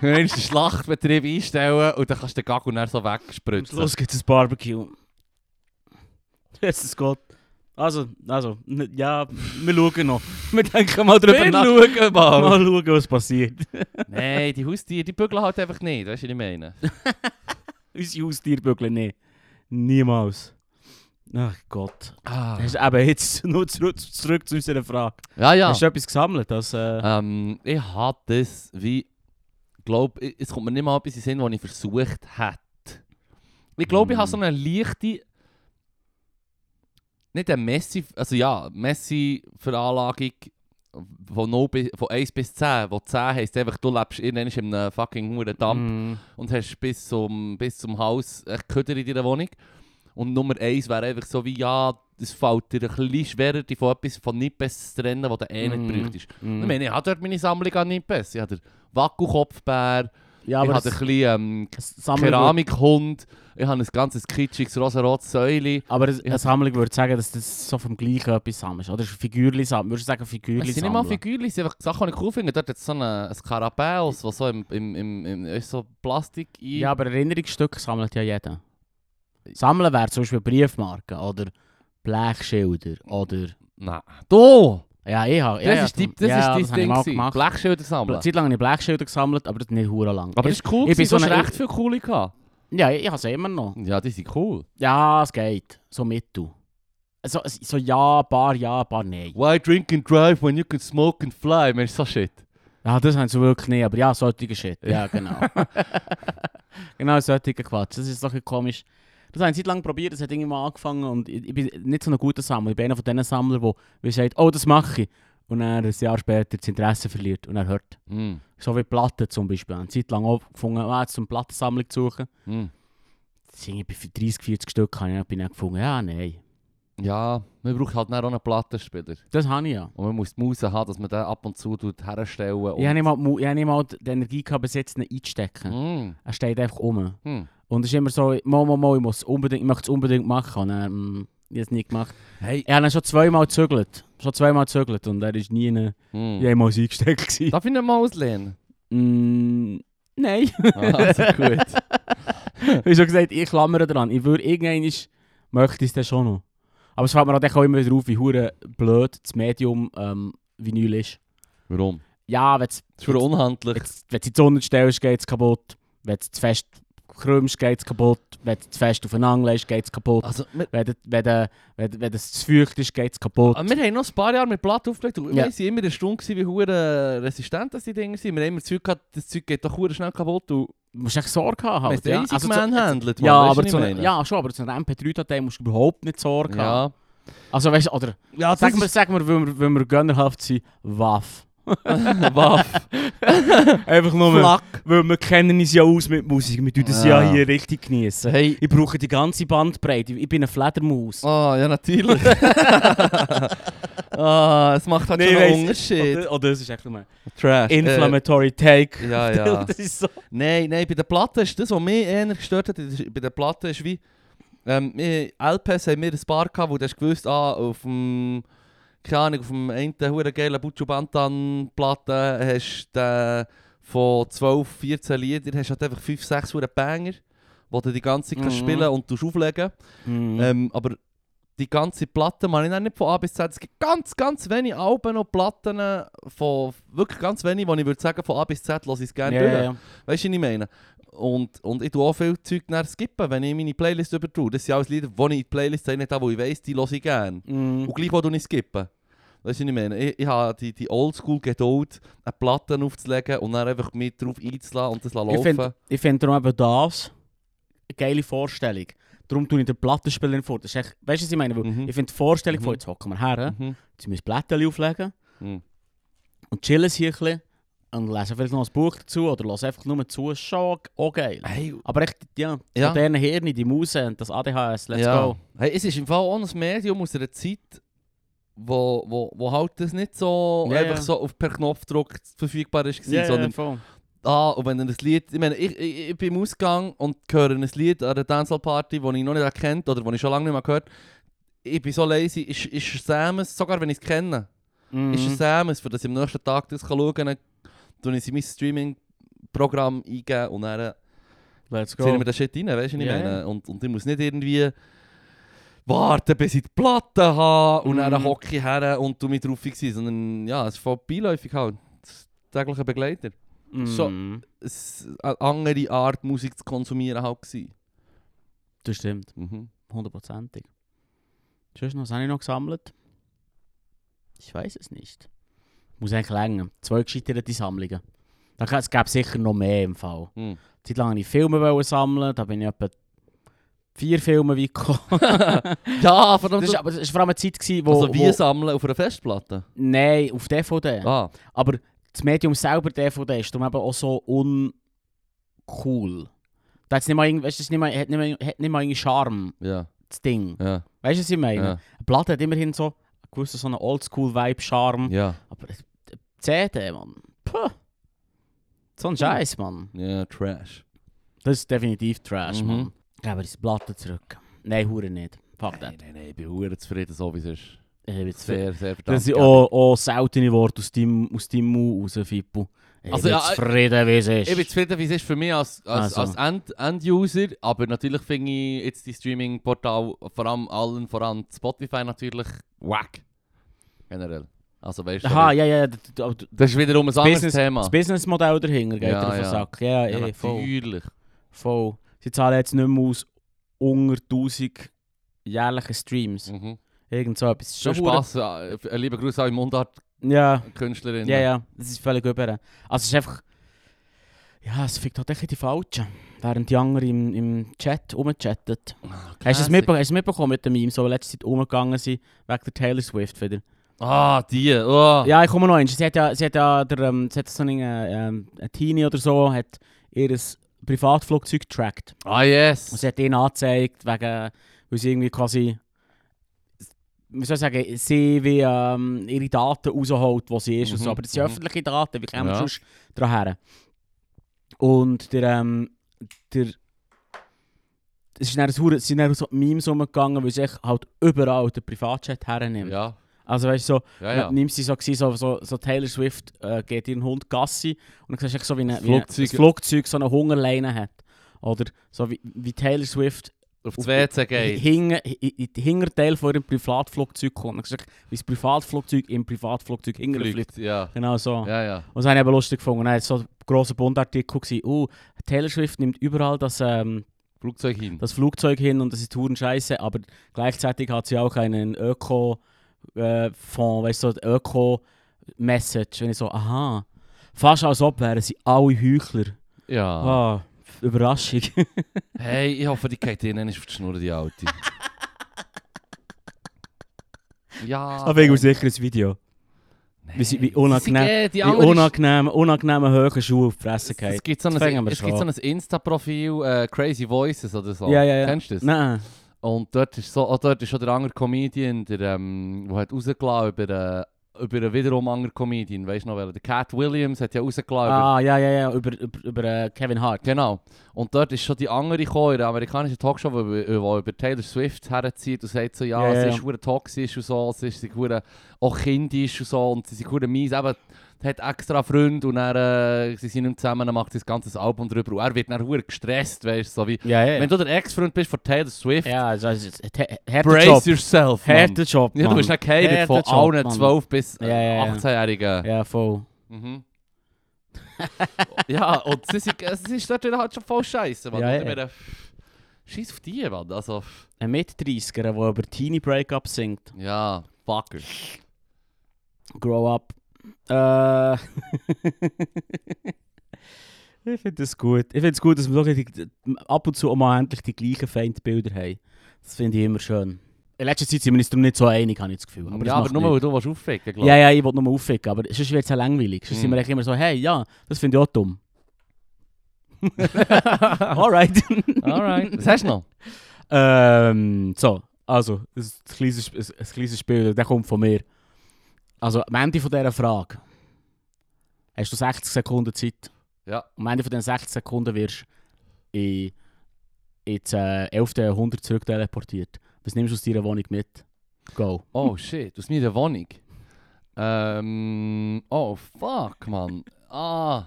Speaker 2: Wenn du einen Schlachtbetrieb einstellen und dann kannst du den Gagel dann so
Speaker 1: Am
Speaker 2: wegspritzen.
Speaker 1: Schluss gibt es ein Barbecue. *laughs* Jesus Gott. Also, also, n- ja, wir schauen
Speaker 2: *laughs*
Speaker 1: noch. Wir denken mal drüber
Speaker 2: Wir
Speaker 1: nach. *laughs*
Speaker 2: schauen mal.
Speaker 1: Mal schauen, was passiert. *laughs*
Speaker 2: Nein, die Haustiere, die bügeln halt einfach nicht, weißt du, was ich meine?
Speaker 1: Unsere Haustierbügel nicht. Niemals. Ach Gott.
Speaker 2: Ah.
Speaker 1: Hast- Aber jetzt *laughs* nur zurück, zurück zu unserer Frage.
Speaker 2: Ja, ja.
Speaker 1: Hast du etwas gesammelt? Das, äh,
Speaker 2: Ähm, ich habe das wie. Glaub, ich- es kommt mir nicht mal etwas in den Sinn, was ich versucht hätte. Ich glaube, ich
Speaker 1: Hm.
Speaker 2: habe so eine leichte. Nicht eine Messi. Also ja, Messi-Veranlagung von, 0 bis, von 1 bis 10. Wo 10 heisst einfach, du lebst irgendwann in einem fucking huren Dampf
Speaker 1: mm,
Speaker 2: und hast bis zum, bis zum Haus echt Köder in deiner Wohnung. Und Nummer 1 wäre einfach so wie, ja, es fällt dir ein bisschen schwerer, dich von etwas von Nippes zu trennen, was du eh nicht
Speaker 1: Mhm.
Speaker 2: bräuchtest. Ich
Speaker 1: mm.
Speaker 2: meine, ich habe dort meine Sammlung an Nippes. Ich habe den Wackelkopfbär,
Speaker 1: Ja,
Speaker 2: ich
Speaker 1: aber
Speaker 2: habe ein
Speaker 1: das,
Speaker 2: bisschen ähm,
Speaker 1: das Sammeln
Speaker 2: Keramikhund, ich habe ein ganzes kitschiges rosarotes Säule.
Speaker 1: Aber das-
Speaker 2: Ja.
Speaker 1: eine Sammlung würde sagen, dass das so vom gleichen etwas sammelst. Oder Figürli sammeln. Würdest du sagen, Figürli
Speaker 2: Es sind nicht
Speaker 1: sammeln?
Speaker 2: mal Figuren, es sind einfach Sachen, die ich cool finde. Dort hat es so eine- ein Karapels, das so im, im, im, im ist so Plastik ein...
Speaker 1: Ja, aber Erinnerungsstücke sammelt ja jeder. Sammeln wäre zum Beispiel Briefmarken oder Blechschilder oder...
Speaker 2: Nein. Du!
Speaker 1: Ja, ich habe...
Speaker 2: Das
Speaker 1: ja, ja,
Speaker 2: ist dein
Speaker 1: ja,
Speaker 2: ja,
Speaker 1: das habe ich
Speaker 2: Ding.
Speaker 1: mal
Speaker 2: gewesen.
Speaker 1: gemacht.
Speaker 2: Blechschilder
Speaker 1: Eine
Speaker 2: sammeln.
Speaker 1: Zeit lang habe ich Blechschilder gesammelt, aber das nicht hure lang.
Speaker 2: Aber
Speaker 1: ich,
Speaker 2: das ist cool,
Speaker 1: ich bin
Speaker 2: gewesen,
Speaker 1: so
Speaker 2: du hast
Speaker 1: eine-
Speaker 2: recht viele coole gehabt.
Speaker 1: ja, ich, ich habe es immer noch.
Speaker 2: Ja, die sind cool.
Speaker 1: Ja, es geht. So mittel. So, so ja, paar ja, paar nein.
Speaker 2: Why drink and drive when you can smoke and fly? Mensch, so shit.
Speaker 1: Ja, Ah, das haben sie wirklich nicht, aber ja, solche Shit. Ja, genau. *laughs* genau, solche Quatsch. Das ist doch ein komisch. Das haben sie lang probiert, das hat irgendwann angefangen und ich, ich bin nicht so ein guter Sammler. Ich bin einer von diesen Sammlern, der wie sagt, oh, das mache ich. Und dann ein Jahr später das Interesse verliert und er hört.
Speaker 2: Mm.
Speaker 1: So wie Platten zum Beispiel. Ich habe eine Zeit lang auch gefunden, ah, jetzt eine Plattensammlung zu suchen.
Speaker 2: Mm.
Speaker 1: Das sind irgendwie für 30, 40 Stück, habe ich bin ich gefunden, ja, nein.
Speaker 2: Ja, man braucht halt dann auch einen Plattenspieler.
Speaker 1: Das habe ich ja.
Speaker 2: Und man muss die Maus haben, dass man den ab und zu tut herstellen und...
Speaker 1: Ich habe nicht mal, die Mu- ich habe nicht mal die Energie gehabt, bis jetzt ihn einzustecken.
Speaker 2: Mm,
Speaker 1: Er steht einfach um.
Speaker 2: mm.
Speaker 1: Und es ist immer so, mal, mal, mal, ich, muss unbedingt, ich möchte es unbedingt machen. Und er, mm, ich habe es nie gemacht.
Speaker 2: Hey.
Speaker 1: Ich habe ihn schon zweimal gezögert. Schon zweimal gezögert und er ist nie in-
Speaker 2: Mm.
Speaker 1: jemals eingesteckt. gewesen.
Speaker 2: Darf ich nicht mal
Speaker 1: *laughs*
Speaker 2: auslehnen?
Speaker 1: Mm,
Speaker 2: *laughs*
Speaker 1: nein.
Speaker 2: Also gut.
Speaker 1: *laughs* ich habe schon gesagt, ich klammere dran. Ich würde irgendwann, möchte ich es dann schon noch. Aber es fällt mir halt auch immer wieder auf, wie hure blöd das Medium ähm, Vinyl ist.
Speaker 2: Warum?
Speaker 1: Ja, wenn
Speaker 2: Das ist für unhandlich.
Speaker 1: du die Sonne stellst, geht es kaputt. Wenn du zu fest krümmst, geht es kaputt. Wenn du zu fest aufeinander legst, geht es kaputt.
Speaker 2: Also, wir, ah,
Speaker 1: Wenn, du- wenn, du- wenn, du- wenn es zu feucht ist, geht es kaputt.
Speaker 2: wir haben noch ein paar Jahre mit Platt aufgelegt und
Speaker 1: Ja.
Speaker 2: wir waren immer eine Stunde, gewesen, wie hure resistent das die Dinger sind. Wir haben immer das Zeug gehabt, das Zeug geht doch hure schnell kaputt und
Speaker 1: Du musst echt Sorge haben.
Speaker 2: wir haben
Speaker 1: Halt,
Speaker 2: es ja. easy
Speaker 1: Also zu-
Speaker 2: gemanhandelt.
Speaker 1: ja,
Speaker 2: Mann,
Speaker 1: aber
Speaker 2: weisst
Speaker 1: zu
Speaker 2: du, was ich
Speaker 1: einer,
Speaker 2: meine?
Speaker 1: ja, schon, aber zu einer MP3-Datei musst du überhaupt nicht Sorge haben.
Speaker 2: Ja.
Speaker 1: Also weißt du, oder
Speaker 2: Ja, das
Speaker 1: sagen wir,
Speaker 2: ist...
Speaker 1: sagen wir, wenn wir, wenn wir gönnerhaft sind, Waff.
Speaker 2: Waff.
Speaker 1: *laughs* Einfach nur, weil-
Speaker 2: Flack.
Speaker 1: weil wir kennen uns ja aus mit Musik, wir tun das ja,
Speaker 2: Ja.
Speaker 1: hier richtig genießen.
Speaker 2: Hey.
Speaker 1: Ich brauche die ganze Bandbreite, ich bin eine Fledermaus.
Speaker 2: Ah,
Speaker 1: *laughs*
Speaker 2: ja, natürlich. ah, es macht halt
Speaker 1: Nee,
Speaker 2: schon
Speaker 1: weiss-
Speaker 2: einen Unterschied.
Speaker 1: Oder- Oder das ist echt nur ein
Speaker 2: Trash.
Speaker 1: Äh, inflammatory take. *laughs*
Speaker 2: Äh, ja, ja.
Speaker 1: das ist so.
Speaker 2: Nein, nein, bei der Platte ist das, was mich eher gestört hat, ist- bei der Platte ist wie, ähm, wir- LPs haben wir ein paar gehabt, wo du hast gewusst, ah, auf dem, keine Ahnung, auf dem einen huren geilen Buccio Bantan Platte hast du äh, von 12, 14 Liedern hast du halt einfach 5, 6 huren Banger, die du die ganze Zeit kannst
Speaker 1: Mhm.
Speaker 2: spielen und tust auflegen.
Speaker 1: Hm.
Speaker 2: Ähm, aber die ganze Platte mache ich dann nicht von A bis Z. Es gibt ganz, ganz wenige Alben und Platten äh, von wirklich ganz wenige, wo ich würde sagen, von A bis Z lasse ich es gerne
Speaker 1: ja,
Speaker 2: durch.
Speaker 1: ja, ja.
Speaker 2: Weißt du, was ich meine? Und, und ich tue auch viel Zeug dann skippen, wenn ich meine Playlist übertue. Das sind alles Lieder, die ich in die Playlist habe, nicht die, wo ich weiss, die höre ich gerne.
Speaker 1: Mhm.
Speaker 2: Und gleich wo du nicht skippen. Weißt du, was ich meine? Ich, ich habe die, die Oldschool-Geduld, eine Platte aufzulegen und dann einfach mit drauf einzulassen und das laufen.
Speaker 1: Ich finde ich find darum eben das eine geile Vorstellung. Darum tue ich den Plattenspieler vor. Das ist echt, weißt du, was ich meine? Weil
Speaker 2: Mhm.
Speaker 1: Ich finde die Vorstellung
Speaker 2: Mhm.
Speaker 1: von, jetzt hocken wir her,
Speaker 2: Mhm.
Speaker 1: jetzt müssen wir das Blättchen auflegen
Speaker 2: Mhm.
Speaker 1: und chillen es hier ein bisschen und lesen vielleicht noch ein Buch dazu oder lassen einfach nur zu, ist schon auch geil.
Speaker 2: Hey,
Speaker 1: Aber echt, ja, die
Speaker 2: Ja.
Speaker 1: modernen Hirne, die Muse und das ADHS, let's
Speaker 2: ja.
Speaker 1: go.
Speaker 2: Hey, es ist im Fall auch ein Medium aus einer Zeit, wo, wo, wo halt das nicht so
Speaker 1: Ja,
Speaker 2: einfach
Speaker 1: ja.
Speaker 2: so auf per Knopfdruck verfügbar ist, gewesen,
Speaker 1: ja,
Speaker 2: sondern
Speaker 1: voll.
Speaker 2: ah, und wenn er das Lied, ich meine, ich, ich, ich bin im Ausgang und höre ein Lied an einer Dancehall-Party, das ich noch nicht erkennt oder das ich schon lange nicht mehr gehört ich bin so lazy, ist, ist Samus, sogar wenn ich es kenne,
Speaker 1: Mhm.
Speaker 2: ist es Samus, für das ich am nächsten Tag das kann schauen kann, dann ich es in mein Streaming-Programm eingeben und dann
Speaker 1: Let's go.
Speaker 2: ziehen wir den Shit rein, weißt du, was ich
Speaker 1: Ja,
Speaker 2: meine? Und, und ich muss nicht irgendwie warten, bis ich die Platte habe und
Speaker 1: Mhm.
Speaker 2: dann hocke ich her und du mich drauf fixierst, sondern ja, es ist voll beiläufig halt. Das ist täglicher Begleiter.
Speaker 1: Mhm.
Speaker 2: so- Es eine andere Art, Musik zu konsumieren halt gewesen.
Speaker 1: Das stimmt,
Speaker 2: Mhm.
Speaker 1: hundertprozentig. Sonst noch, was habe ich noch gesammelt? Ich weiß es nicht. Muss eigentlich länger. Zwei gescheiterte Sammlungen. Da kann- Es gäbe sicher noch mehr im Fall.
Speaker 2: Mhm.
Speaker 1: Zeit lang wollte ich Filme wollen sammeln, da bin ich etwa vier Filme weit *laughs* gekommen.
Speaker 2: Ja,
Speaker 1: das
Speaker 2: verdammt.
Speaker 1: ist, aber es war vor allem eine Zeit, gewesen, wo...
Speaker 2: also
Speaker 1: wo
Speaker 2: wir sammeln auf einer Festplatte.
Speaker 1: nein, auf DVD.
Speaker 2: Ah,
Speaker 1: Aber das Medium selber DVD ist darum eben auch so uncool. Da hat's nicht mal, irgend- weisst du, das nicht mal, hat, nicht mal, hat nicht mal irgendwie Charme,
Speaker 2: ja,
Speaker 1: das Ding.
Speaker 2: ja,
Speaker 1: Weißt du, was ich meine?
Speaker 2: ja,
Speaker 1: Eine Platte hat immerhin so einen gewissen so einen Oldschool-Vibe-Charme.
Speaker 2: ja,
Speaker 1: Aber die CD, Mann. Puh. So ein Scheiß, Mann.
Speaker 2: ja, Trash.
Speaker 1: Das ist definitiv Trash,
Speaker 2: Mhm.
Speaker 1: Mann. Geben wir diese Platte zurück. Nein, Hure nicht. Fuck that.
Speaker 2: Nein, nein, nein, ich bin verdammt zufrieden, so wie es ist.
Speaker 1: Ich bin zu
Speaker 2: Sehr, sehr verdammt.
Speaker 1: Das sind
Speaker 2: gerne.
Speaker 1: auch, auch seltene Worte aus deinem, aus deinem Mund raus, Fippo. Ich
Speaker 2: Also,
Speaker 1: bin
Speaker 2: ja,
Speaker 1: zufrieden, wie es ist.
Speaker 2: Ich bin zufrieden, wie es ist für mich als, als,
Speaker 1: Also.
Speaker 2: als End, End-User, aber natürlich finde ich jetzt die Streaming-Portal, vor allem allen voran Spotify natürlich, wack. Generell. Also weißt du,
Speaker 1: Aha, ja, ja. d- d- d-
Speaker 2: das ist wiederum ein anderes
Speaker 1: Business-
Speaker 2: Thema.
Speaker 1: Das Businessmodell dahinter geht
Speaker 2: Ja,
Speaker 1: dir auf den
Speaker 2: ja.
Speaker 1: Sack. Ja, ja,
Speaker 2: Ja,
Speaker 1: eh, voll.
Speaker 2: natürlich.
Speaker 1: voll. Sie zahlen jetzt nicht mehr aus unter 1000 jährlichen Streams.
Speaker 2: Mhm.
Speaker 1: Irgend so etwas. Das ist
Speaker 2: Schon
Speaker 1: schon hure-
Speaker 2: Spass. äh, f- äh, Lieber Grüße an die
Speaker 1: Ja,
Speaker 2: Mundart-Künstlerinnen.
Speaker 1: ja, ja. Das ist völlig über. Also es ist einfach... Ja, es fickt halt echt die Falschen. Während die anderen im, im Chat rumchatten.
Speaker 2: Ah,
Speaker 1: Hast du es
Speaker 2: classic.
Speaker 1: mitbe- hast du es mitbekommen mit den Memes, die letzte Zeit umgegangen sind, wegen der Taylor Swift wieder?
Speaker 2: Ah, die. Oh.
Speaker 1: Ja, ich komme noch eins. Sie hat ja, sie hat ja der, ähm, sie hat so einen, äh, ähm, ein Teenie oder so, hat ihr Privatflugzeug getrackt.
Speaker 2: Ah,
Speaker 1: Und
Speaker 2: yes.
Speaker 1: sie hat ihn angezeigt, wegen, weil sie irgendwie quasi, wie soll ich sagen, sie wie ähm, ihre Daten rausholt, wo sie ist und
Speaker 2: Mhm,
Speaker 1: so. Aber das sind
Speaker 2: mhm.
Speaker 1: öffentliche Daten, wie kommen wir
Speaker 2: Ja.
Speaker 1: sonst daran her? Und der, ähm, der, es ist dann so, es sind dann so Memes rumgegangen, weil sie echt halt überall den Privatchat hernimmt.
Speaker 2: Ja,
Speaker 1: Also weißt du, so,
Speaker 2: ja, Ah, ja.
Speaker 1: Nimmst sie so, gewesen, so, so, so Taylor Swift äh, geht ihren Hund Gassi und dann siehst du echt so, wie, ein-
Speaker 2: Das
Speaker 1: wie ein-
Speaker 2: Flugzeug-
Speaker 1: das Flugzeug so eine Hungerleine hat. Oder so wie, wie Taylor Swift
Speaker 2: auf das WC geht.
Speaker 1: Hinge- in- in den Hinterteil von ihrem Privatflugzeug kommt. Und gesagt, wie das Privatflugzeug im Privatflugzeug hinterfliegt.
Speaker 2: Fliegt, ja.
Speaker 1: Genau so.
Speaker 2: Ja, ja.
Speaker 1: Und das habe ich eben lustig gefunden. Und dann war so ein grosser Bundartikel, gewesen, oh, Taylor Swift nimmt überall das, ähm,
Speaker 2: Flugzeug hin.
Speaker 1: das Flugzeug hin und das ist Touren scheiße, aber gleichzeitig hat sie auch einen Öko-Fonds, äh, Fonds, weißt du, so eine Öko-Message. Und ich so, aha. Fast als ob wären sie alle Heuchler.
Speaker 2: Ja.
Speaker 1: Ah, *laughs* Überraschung.
Speaker 2: Hey, ich hoffe, die geht ihnen nicht auf die Schnur, die
Speaker 1: *laughs*
Speaker 2: Alte. ja.
Speaker 1: Aber ich Ah, sicher ein Video. Wie, sie- wie unangenehm,
Speaker 2: Sie geht, die
Speaker 1: wie
Speaker 2: andere ist-
Speaker 1: unangenehm, unangenehmen hohen Schuhe auf die Fresse
Speaker 2: Es
Speaker 1: fallen.
Speaker 2: gibt so ein,
Speaker 1: Das fängen wir
Speaker 2: es
Speaker 1: schon
Speaker 2: gibt so
Speaker 1: an.
Speaker 2: ein Insta-Profil, äh, Crazy Voices oder so.
Speaker 1: Ja, ja, ja.
Speaker 2: Kennst du das?
Speaker 1: Nein.
Speaker 2: Und dort ist, so, auch dort ist schon der andere Comedian, der, ähm, der hat rausgelassen über, äh, über einen wiederum anderen Comedian. Weißt du noch, welcher? Der Cat Williams hat ja rausgelassen. Über,
Speaker 1: Ah, ja, ja, ja, über, über, über äh, Kevin Hart.
Speaker 2: genau. Und dort ist schon die andere gekommen, in der amerikanischen Talkshow, die über, über, über Taylor Swift herzieht und sagt so, ja,
Speaker 1: Ja, ja,
Speaker 2: sie
Speaker 1: ja.
Speaker 2: ist hure toxisch und so, sie ist sie hure auch kindisch und so und sie ist hure mies. Eben, hat extra Freunde und dann, äh, sie sind nicht mehr zusammen, dann macht sie das ganze Album drüber und er wird dann hure gestresst, weißt du, so wie...
Speaker 1: Ja, ja.
Speaker 2: Wenn du der Ex-Freund bist von Taylor Swift,
Speaker 1: Ja, das ist ein hä- härter
Speaker 2: brace
Speaker 1: Job.
Speaker 2: yourself, Mann.
Speaker 1: Härter Job,
Speaker 2: also, Ja, du
Speaker 1: Mann.
Speaker 2: bist nicht gehatet
Speaker 1: Härter
Speaker 2: von
Speaker 1: Job,
Speaker 2: allen
Speaker 1: Mann.
Speaker 2: 12 bis äh,
Speaker 1: Ja, ja, ja.
Speaker 2: 18-Jährigen. Ja.
Speaker 1: Ja, voll. *laughs*
Speaker 2: Mhm. ja, und sie, sind, äh, sie ist dort wieder halt schon voll scheiße, Mann.
Speaker 1: Ja,
Speaker 2: Ja,
Speaker 1: ja.
Speaker 2: Scheiß auf die, Mann. Also, f-
Speaker 1: Ein Mit-30er, der über Teenie Breakup singt.
Speaker 2: ja, fucker.
Speaker 1: Grow up. Äh. *laughs* ich finde es gut. Ich finde es gut, dass wir wirklich die, ab und zu auch mal endlich die gleichen Feindbilder haben. Das finde ich immer schön. In letzter Zeit sind wir uns darum nicht so einig, habe ich das Gefühl.
Speaker 2: Aber
Speaker 1: das
Speaker 2: ja, aber
Speaker 1: macht
Speaker 2: nur
Speaker 1: nichts.
Speaker 2: weil du was aufregen glaub
Speaker 1: Ja, ja, ich wollte nochmal aufficken, aber sonst wird es ja langweilig. Sonst sind
Speaker 2: Mm.
Speaker 1: wir eigentlich immer so, hey, ja, das finde ich auch dumm.
Speaker 2: *laughs* Ah.
Speaker 1: Alright.
Speaker 2: Alright. Was hast du noch?
Speaker 1: ähm, so, also, das ist ein kleines, Sp- ein, ein kleines Spiel, der kommt von mir. Also, am Ende von dieser Frage hast du 60 Sekunden Zeit.
Speaker 2: Ja.
Speaker 1: Am Ende von diesen 60 Sekunden wirst du in, ins äh, 11. Jahrhundert zurück teleportiert. Was nimmst du aus deiner Wohnung mit? Go.
Speaker 2: Oh shit, aus meiner Wohnung. Ähm, oh fuck, Mann. Ah,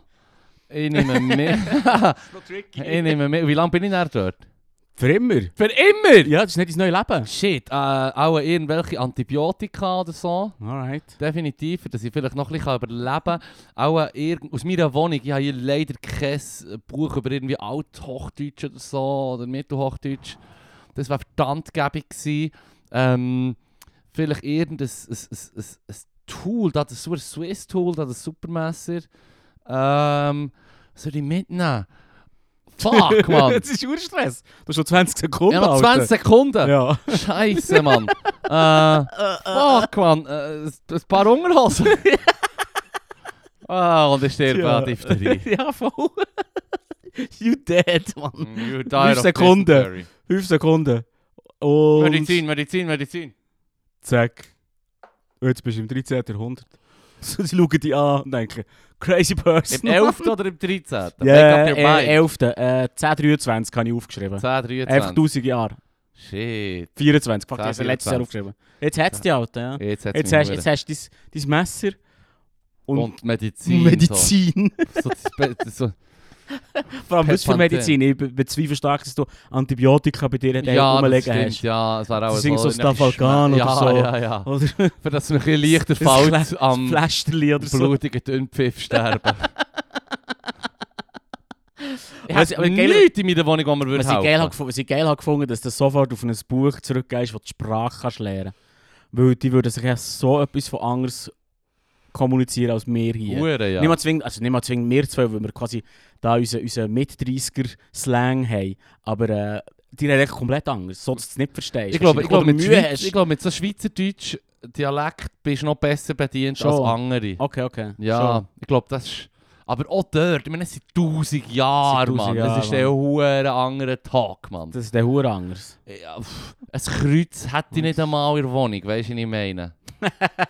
Speaker 2: ich nehme mit. *laughs* ich nehme mit. Wie lange bin ich denn dort?
Speaker 1: Für immer?
Speaker 2: Für immer!
Speaker 1: Ja, das ist nicht dein neues Leben.
Speaker 2: Shit, äh, auch irgendwelche Antibiotika oder so.
Speaker 1: Alright.
Speaker 2: Definitiv, dass ich vielleicht noch ein bisschen überleben kann. Auch äh, irgend aus meiner Wohnung, ich habe hier leider kein äh, Buch über irgendwie Althochdeutsch oder so oder Mittelhochdeutsch. Das wäre verdammt gäbig gewesen. Ähm, vielleicht irgendein ein, ein, ein, ein Tool, das ist so ein Swiss-Tool, das ist ein Supermesser. Ähm, was soll ich mitnehmen?
Speaker 1: *laughs*
Speaker 2: Fuck, Mann!
Speaker 1: das ist Urstress. Du hast schon 20 Sekunden.
Speaker 2: Ich habe noch 20 Sekunden!
Speaker 1: Ja.
Speaker 2: Scheiße, Mann. äh, fuck, Mann. Äh, s- ein paar *laughs* Unterhosen. ah, und ich sterbe
Speaker 1: Ja.
Speaker 2: an Diphtherie.
Speaker 1: *laughs* ja, voll. you dead, Mann.
Speaker 2: Mm, You died
Speaker 1: Fünf
Speaker 2: of
Speaker 1: Sekunden.
Speaker 2: dysentery.
Speaker 1: 5 Sekunden. Und.
Speaker 2: Medizin,
Speaker 1: *laughs*
Speaker 2: Medizin, Medizin.
Speaker 1: Zack. Und Jetzt bist du im 13. Jahrhundert. *laughs* Sie schauen dich an und denken, crazy person.
Speaker 2: Im 11. oder im 13.?
Speaker 1: Ja,
Speaker 2: Make up your
Speaker 1: yeah,
Speaker 2: mind.
Speaker 1: äh, 11. Äh, 1023 habe ich aufgeschrieben.
Speaker 2: 10,
Speaker 1: Einfach
Speaker 2: 13.
Speaker 1: 1000 Jahre.
Speaker 2: Shit.
Speaker 1: 24. Fuck, ich
Speaker 2: 10,
Speaker 1: habe letztes Jahr
Speaker 2: 24.
Speaker 1: aufgeschrieben. Jetzt hat es die Alte, ja.
Speaker 2: Jetzt hat
Speaker 1: Jetzt hast du jetzt hast du dein, dein Messer und,
Speaker 2: Und
Speaker 1: Mm,
Speaker 2: Medizin. *laughs*
Speaker 1: Medizin.
Speaker 2: So. So, das Be-
Speaker 1: *laughs*
Speaker 2: so.
Speaker 1: Vor allem was für
Speaker 2: Pepanthen.
Speaker 1: Medizin. Ich be- bezweifle stark, dass du Antibiotika bei dir ja,
Speaker 2: Ja, das
Speaker 1: rumlegen
Speaker 2: stimmt.
Speaker 1: hast.
Speaker 2: Ja, es war auch
Speaker 1: Sie singen so
Speaker 2: irgendwelche
Speaker 1: Stafalgan
Speaker 2: Schmerzen.
Speaker 1: oder so.
Speaker 2: Ja, ja, ja.
Speaker 1: Oder
Speaker 2: Für dass es mir ein bisschen leichter
Speaker 1: ein
Speaker 2: fällt
Speaker 1: Klä-
Speaker 2: am...
Speaker 1: Pflästerli oder so.
Speaker 2: blutigen Dünnpfiff sterben. ich
Speaker 1: Was-
Speaker 2: habe
Speaker 1: aber geil-
Speaker 2: nichts in meiner Wohnung, wo man würde
Speaker 1: Was ich, geil habe,
Speaker 2: helfen.
Speaker 1: gefunden- was ich geil habe gefunden, dass du sofort auf ein Buch zurückgehst, wo du die Sprache kannst lernen Weil die würden sich ja so etwas von anders kommunizieren als wir hier.
Speaker 2: Hure, ja.
Speaker 1: Nicht mal zwingend, also nicht mal zwingend wir zwei, weil wir quasi da unseren unsere Mit-30er-Slang haben. Aber äh, die reden echt komplett anders, so dass du es nicht verstehst.
Speaker 2: Ich glaube,
Speaker 1: Dass
Speaker 2: ich
Speaker 1: du
Speaker 2: glaube, mit,
Speaker 1: Mühe
Speaker 2: Schweiz,
Speaker 1: hast.
Speaker 2: ich glaube, mit so Schweizerdeutsch Dialekt bist du noch besser bedient
Speaker 1: Schon. Ah,
Speaker 2: als andere.
Speaker 1: Okay, okay.
Speaker 2: Ja,
Speaker 1: So.
Speaker 2: ich glaube, das ist... Aber auch dort, ich meine, es sind tausend Jahre,
Speaker 1: Es sind
Speaker 2: Mann.
Speaker 1: tausend
Speaker 2: das ist
Speaker 1: Jahre,
Speaker 2: der hure andere Tag, Mann.
Speaker 1: Das ist der Hure anders.
Speaker 2: Ja, pff, ein Kreuz hätte ich nicht einmal in der Wohnung, weißt du, was
Speaker 1: *laughs*
Speaker 2: ich meine?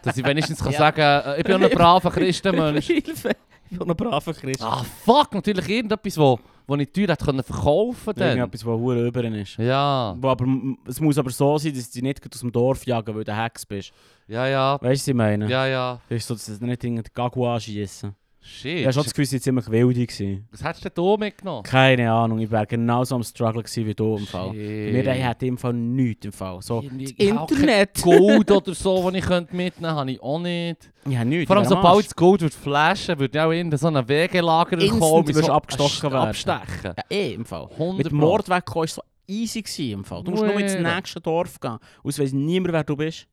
Speaker 2: Dass ich wenigstens kann
Speaker 1: Ja.
Speaker 2: sagen kann, ich bin auch ein braver Christenmensch.
Speaker 1: Hilfe! *laughs* Ich bin ein braver Christ.
Speaker 2: Ah, fuck, natürlich irgendetwas, wo, wo ich teuer hätte können verkaufen können.
Speaker 1: Irgendetwas, was Hure über ist.
Speaker 2: Ja,
Speaker 1: Wo aber, es muss aber so sein, dass die nicht gerade aus dem Dorf jagen, weil du Hex bist.
Speaker 2: ja, ja,
Speaker 1: Weißt du, was ich meine?
Speaker 2: ja, ja.
Speaker 1: Das ist so, dass sie nicht irgendeinen Gagua schiessen. Ich
Speaker 2: Shit.
Speaker 1: habe schon das Gefühl, sie waren ziemlich wild. Gewesen.
Speaker 2: Was hättest du denn da mitgenommen?
Speaker 1: Keine Ahnung, ich wäre genauso am Struggle gewesen wie du im Fall.
Speaker 2: Shit.
Speaker 1: Mir hätte im Fall nichts im Fall. So,
Speaker 2: Irgendwie-
Speaker 1: das
Speaker 2: ich habe
Speaker 1: Internet!
Speaker 2: Gold oder so, das ich könnte mitnehmen könnte, habe ich auch nicht.
Speaker 1: Ich habe nichts.
Speaker 2: Vor allem,
Speaker 1: ich wäre am
Speaker 2: sobald
Speaker 1: Arsch.
Speaker 2: das Gold wird flashen, würde ich auch in so einen Wegelager
Speaker 1: Instant
Speaker 2: kommen. mit
Speaker 1: wirst
Speaker 2: so
Speaker 1: du abgestochen
Speaker 2: Ast-
Speaker 1: werden.
Speaker 2: Abstechen.
Speaker 1: Ja, eh, im Fall.
Speaker 2: 100
Speaker 1: Mit Mord weggekommen war so easy gewesen, im Fall. Du musst nur ins
Speaker 2: Nuere.
Speaker 1: nächste Dorf gehen. Aus weiss niemand, wer du bist.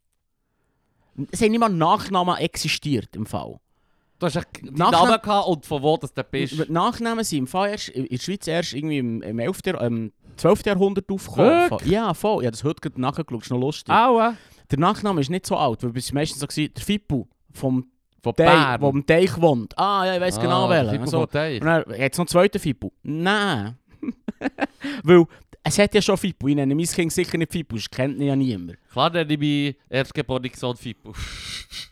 Speaker 1: Es hat niemand Nachnamen existiert im Fall.
Speaker 2: Du hast echt den
Speaker 1: Nachher-
Speaker 2: Namen gehabt und von wo das du bist.
Speaker 1: Die Nachnamen sind im Fall erst, in der Schweiz erst irgendwie im, im, 11., Jahr- ähm, 12. Jahrhundert aufgekommen.
Speaker 2: Wirklich?
Speaker 1: Ja, voll. Ich habe das heute gerade nachgeschaut, ist noch lustig.
Speaker 2: Aua.
Speaker 1: Der Nachname ist nicht so alt, weil es meistens so war, der Fippo vom
Speaker 2: Von
Speaker 1: Teich,
Speaker 2: Bern.
Speaker 1: wo am Teich wohnt. Ah ja, ich weiß genau
Speaker 2: der
Speaker 1: welchen.
Speaker 2: Typ
Speaker 1: So,
Speaker 2: vom Teich.
Speaker 1: und dann, jetzt noch einen zweiten Fippo? Nein. *laughs* weil es hat ja schon Fippo. Ich nenne mein Kind sicher nicht Fippo, das kennt ihn ja niemand.
Speaker 2: Klar, der ich bin erstgeborener Sohn Fippo.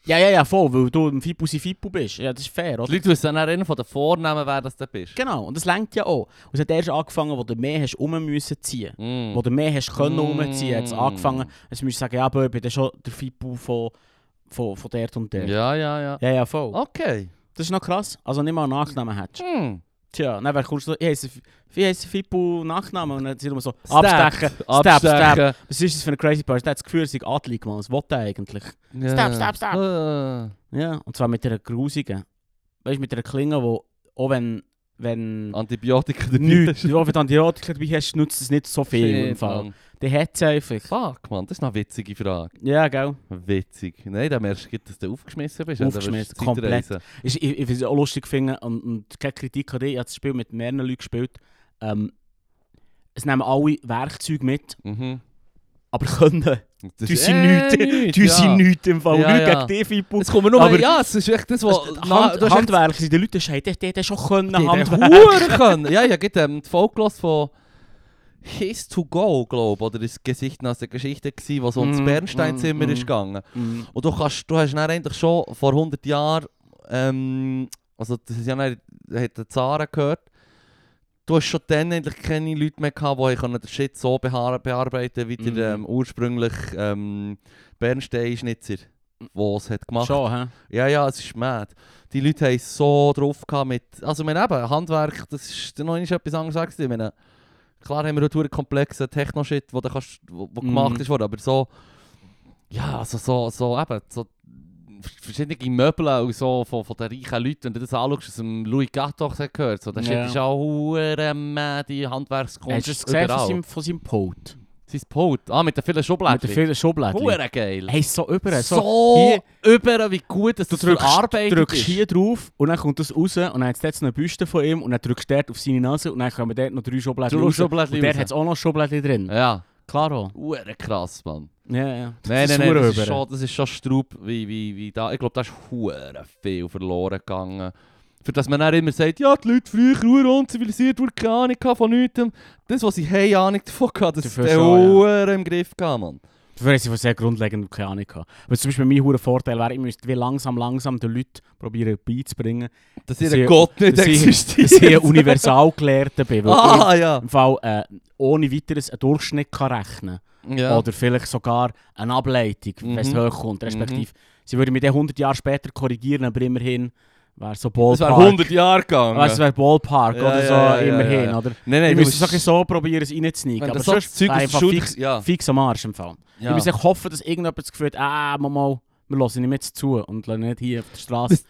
Speaker 1: Ja, ja, ja, voll, weil du ein Fippo sein Fippo bist. Ja, das ist fair,
Speaker 2: Die
Speaker 1: oder?
Speaker 2: Leute wissen dann von den Vornamen, wer das du bist.
Speaker 1: Genau, und das lenkt ja auch. Und es hat erst angefangen, wo du mehr hast rum müssen ziehen.
Speaker 2: Mm.
Speaker 1: Wo du mehr hast können
Speaker 2: Mm.
Speaker 1: rumziehen, hat es angefangen. Es müsst sagen, ja, aber ich bin dann schon der Fippo von, von, von der und der.
Speaker 2: Ja, ja, ja.
Speaker 1: ja, ja, voll.
Speaker 2: Okay.
Speaker 1: Das ist noch krass. Also nicht mal einen Nachnamen hättest.
Speaker 2: Hm.
Speaker 1: Tja, dann wär kommst du so, ich heisse F- wie heisst Fippo Nachnamen? Und dann sind wir so,
Speaker 2: Stabbed.
Speaker 1: abstechen, stab, stab.
Speaker 2: Abstechen.
Speaker 1: Was ist das für eine crazy person? Der hat das Gefühl, er sei adlig, Mann. Was will der eigentlich?
Speaker 2: Ja.
Speaker 1: Stab, stab, stab.
Speaker 2: Äh.
Speaker 1: Ja, und zwar mit einer grusigen. Weißt du, mit einer Klinge, wo, auch wenn, wenn
Speaker 2: Antibiotika dabei.
Speaker 1: nichts, auch wenn du Antibiotika dabei hast, nützt es nicht so viel im
Speaker 2: Shit,
Speaker 1: Fall.
Speaker 2: Mann.
Speaker 1: Die hat es einfach.
Speaker 2: Fuck, Mann, das ist eine witzige Frage.
Speaker 1: Ja, gell.
Speaker 2: Witzig. Nein, dann merkst du, dass du aufgeschmissen bist.
Speaker 1: Aufgeschmissen, komplett. Ist, ich ich finde es auch lustig finden und, und keine Kritik an dich. Ich habe das Spiel mit mehreren Leuten gespielt. Ähm, es nehmen alle Werkzeuge mit,
Speaker 2: Mhm.
Speaker 1: aber *laughs* können.
Speaker 2: Das
Speaker 1: Du
Speaker 2: ist
Speaker 1: sind
Speaker 2: eh
Speaker 1: nichts.
Speaker 2: nichts,
Speaker 1: Du
Speaker 2: ja.
Speaker 1: sind nichts im Fall.
Speaker 2: Ja,
Speaker 1: nichts
Speaker 2: ja.
Speaker 1: gegen dich, Fippo.
Speaker 2: Es kommt nur
Speaker 1: Aber-
Speaker 2: ja, es ist echt das, was...
Speaker 1: Das- Dus Hand, Handwerker sind die Leute scheiße. Die hätten schon können Handwerker.
Speaker 2: Handwerk. können. Ja, ich habe gerade, ähm, die Folge gehört von «His to go», glaube ich, oder das Gesicht aus der Geschichte war, wo so ins
Speaker 1: Mm,
Speaker 2: Bernsteinzimmer
Speaker 1: mm,
Speaker 2: ist
Speaker 1: mm.
Speaker 2: gegangen.
Speaker 1: Mhm.
Speaker 2: Und du, kannst, du hast dann eigentlich schon vor 100 Jahren, ähm, also das ist ja dann, da hat der Zaren gehört, du hast schon dann eigentlich keine Leute mehr gehabt, die können den Shit so behaar- bearbeiten wie der
Speaker 1: Mhm.
Speaker 2: ähm, ursprünglich ähm, Bernsteinschnitzer, der es hat gemacht
Speaker 1: Mhm. Schon, hä?
Speaker 2: ja, ja, es ist mad. Die Leute haben so drauf gehabt mit. Also, ich meine, eben, Handwerk, das ist noch nicht etwas anderes. als Ich meine, klar haben wir auch einen komplexen Techno-Shit, wo, du kannst- wo, wo
Speaker 1: Mhm.
Speaker 2: gemacht ist worden, aber so. Ja, also so, so eben, so verschiedene Möbel und so von, von den reichen Leuten, wenn du das anschaust, aus dem Louis Gattoch hat gehört. So, der Shit
Speaker 1: Ja.
Speaker 2: ist auch hure mad, die
Speaker 1: Hast
Speaker 2: Handwerkskunst.
Speaker 1: du es gesehen von
Speaker 2: überall.
Speaker 1: seinem, von seinem Pult?
Speaker 2: Sein Pult. Ah, mit den
Speaker 1: Mit
Speaker 2: vielen
Speaker 1: den
Speaker 2: Schubladen.
Speaker 1: vielen Schubladen.
Speaker 2: Hure geil.
Speaker 1: Hey, so über. So,
Speaker 2: so
Speaker 1: hier-
Speaker 2: über, wie gut dass
Speaker 1: Du
Speaker 2: das für
Speaker 1: drückst-
Speaker 2: Arbeit
Speaker 1: drückst
Speaker 2: ist.
Speaker 1: hier drauf und dann kommt das raus und dann hat es dort so eine Büste von ihm und dann drückst du dort auf seine Nase und dann kommen dort noch drei Schubladen
Speaker 2: Drei
Speaker 1: raus.
Speaker 2: Schubladen
Speaker 1: und der
Speaker 2: raus.
Speaker 1: hat auch noch Schubladen drin.
Speaker 2: Ja,
Speaker 1: Klaro.
Speaker 2: hure krass, Mann.
Speaker 1: Ja, ja.
Speaker 2: Nein,
Speaker 1: ist
Speaker 2: nein, nein,
Speaker 1: hure
Speaker 2: das ist
Speaker 1: über.
Speaker 2: schon, das ist schon Straub, wie, wie, wie da. Ich glaube, da ist hure viel verloren eh. gegangen. Für das man dann immer sagt, ja, die Leute früher hure unzivilisiert, wurden keine Ahnung hatten von nichts. Das, was sie haben, Ahnung davon hatten, das
Speaker 1: Dafür
Speaker 2: ist
Speaker 1: schon, ja.
Speaker 2: hure im Griff gehabt, Mann.
Speaker 1: Dafür haben sie von sehr grundlegend keine Ahnung gehabt. Weil zum Beispiel mein hoher Vorteil wäre, ich müsste wie langsam, langsam den Leuten probieren
Speaker 2: *laughs*
Speaker 1: beizubringen,
Speaker 2: Dass
Speaker 1: Sie-
Speaker 2: ihr Gott nicht
Speaker 1: dass sie- dass
Speaker 2: existiert.
Speaker 1: ich
Speaker 2: *laughs*
Speaker 1: ein Universalgelehrter bin. Weil
Speaker 2: ah, ja.
Speaker 1: ich im Fall äh, ohne weiteres einen Durchschnitt kann rechnen
Speaker 2: ja.
Speaker 1: Oder vielleicht sogar eine Ableitung, wenn es
Speaker 2: Mhm.
Speaker 1: hochkommt. Respektive, sie würde mich dann 100 Jahre später korrigieren, aber immerhin wäre so
Speaker 2: das wäre
Speaker 1: Ballpark.
Speaker 2: 100 Jahre gegangen.
Speaker 1: Weißt du, es wäre Ballpark
Speaker 2: Ja,
Speaker 1: oder
Speaker 2: ja,
Speaker 1: so,
Speaker 2: ja, ja,
Speaker 1: immerhin.
Speaker 2: ja.
Speaker 1: Oder?
Speaker 2: nein,
Speaker 1: ich
Speaker 2: nein,
Speaker 1: müsste es auch so probieren, es reinzunehmen.
Speaker 2: wenn
Speaker 1: Aber
Speaker 2: du so das
Speaker 1: sonst
Speaker 2: Zeug
Speaker 1: wäre
Speaker 2: aus der
Speaker 1: einfach
Speaker 2: Schule-
Speaker 1: fix,
Speaker 2: ja. Ah,
Speaker 1: fix am Arsch im Fall. Ich
Speaker 2: ja.
Speaker 1: muss echt hoffen, dass irgendjemand das Gefühl hat, ah, Mama, wir lassen ihm jetzt zu und lassen ihn nicht hier auf der Straße lassen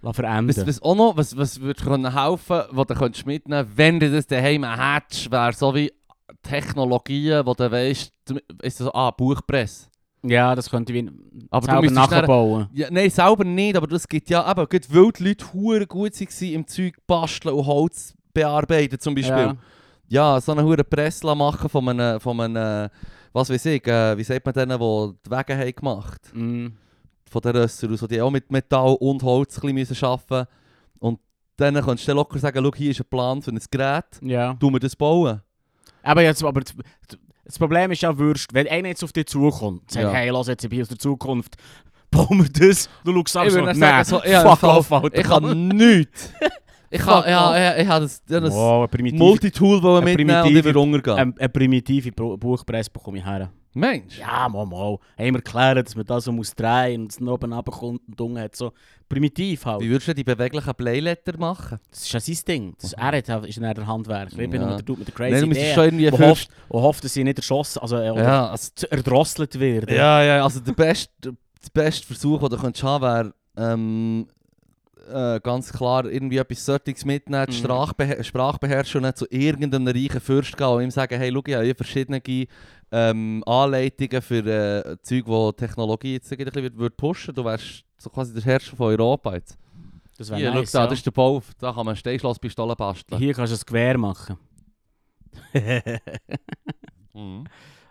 Speaker 2: Was,
Speaker 1: verenden.
Speaker 2: was auch noch, was, was würde können helfen, was du könntest mitnehmen wenn du das daheim hättest, wäre so wie Technologien, wo du weißt, du- ist das, ah, Buchpresse.
Speaker 1: Ja, das könnte ich wie
Speaker 2: Aber du
Speaker 1: selber
Speaker 2: müsstest dann-
Speaker 1: nachbauen.
Speaker 2: Ja, nein, selber nicht, aber es gibt ja eben, gerade weil die Leute hure gut waren im Zeug basteln und Holz bearbeiten zum Beispiel.
Speaker 1: Ja.
Speaker 2: Ja, so eine hure Presse lassen machen von einem, von einem, was weiß ich, äh, wie sagt man denen, die die Wege haben gemacht
Speaker 1: Mm.
Speaker 2: von den Rössern aus, die auch mit Metall und Holz ein bisschen müssen arbeiten mussten. Und dann kannst du dir locker sagen, schau, hier ist ein Plan für ein Gerät,
Speaker 1: ja.
Speaker 2: tu mir das bauen.
Speaker 1: Aber, jetzt, aber das, das Problem ist ja Würst. Wenn einer jetzt auf dich zukommt, sagt,
Speaker 2: Ja.
Speaker 1: hey, lass jetzt, ich bin aus der Zukunft, bauen wir das, du schaust ab,
Speaker 2: Ich
Speaker 1: so,
Speaker 2: würde dann
Speaker 1: nein,
Speaker 2: sagen, so, *laughs* ja,
Speaker 1: fuck
Speaker 2: im Fall,
Speaker 1: off, Alter.
Speaker 2: Ich habe nichts. Ich
Speaker 1: Fuck
Speaker 2: habe ja, ja, ich habe das, ja, das
Speaker 1: wow, eine primitive,
Speaker 2: Multitool wollen
Speaker 1: Eine
Speaker 2: mitnehmen und ich
Speaker 1: Ähm, primitive-
Speaker 2: will untergehen.
Speaker 1: eine, eine primitive Pro- Buchpresse bekomme ich her.
Speaker 2: Mensch.
Speaker 1: Ja, mal, mal. Haben wir geklärt, dass man das so muss drehen und es nach oben runterkommt und unten hat so primitiv
Speaker 2: Wie
Speaker 1: halt.
Speaker 2: würdest du die beweglichen Playletter machen?
Speaker 1: Das ist ja sein Ding. Das, er hat, halt- ist dann der Handwerker. Ich bin
Speaker 2: Ja.
Speaker 1: nur der Dude mit der
Speaker 2: Nein,
Speaker 1: crazy
Speaker 2: du müsstest schon
Speaker 1: Idee.
Speaker 2: irgendwie
Speaker 1: Und
Speaker 2: fürst-
Speaker 1: hofft, und hofft, dass sie nicht erschossen, also äh, oder
Speaker 2: Ja, also,
Speaker 1: zu- erdrosselt werden.
Speaker 2: ja, ja, also der beste, der beste Versuch, den du könntest haben wäre, ähm, äh, ganz klar irgendwie etwas Sortiges mitnehmen, die
Speaker 1: Mhm.
Speaker 2: Sprachbeher Sprachbeherrschung nicht zu irgendeinem reichen Fürst gehen und ihm sagen, hey, schau, ich habe hier verschiedene ähm, Anleitungen für äh, Zeug, die Technologie jetzt ein bisschen wird- wird pushen. Du wärst so quasi der Herrscher von Europa jetzt.
Speaker 1: Das
Speaker 2: Hier,
Speaker 1: wäre nice.
Speaker 2: schau da,
Speaker 1: ja.
Speaker 2: das ist der Bau. Da kann man Steinschlosspistole basteln.
Speaker 1: Hier kannst du ein Gewehr machen.
Speaker 2: Mhm.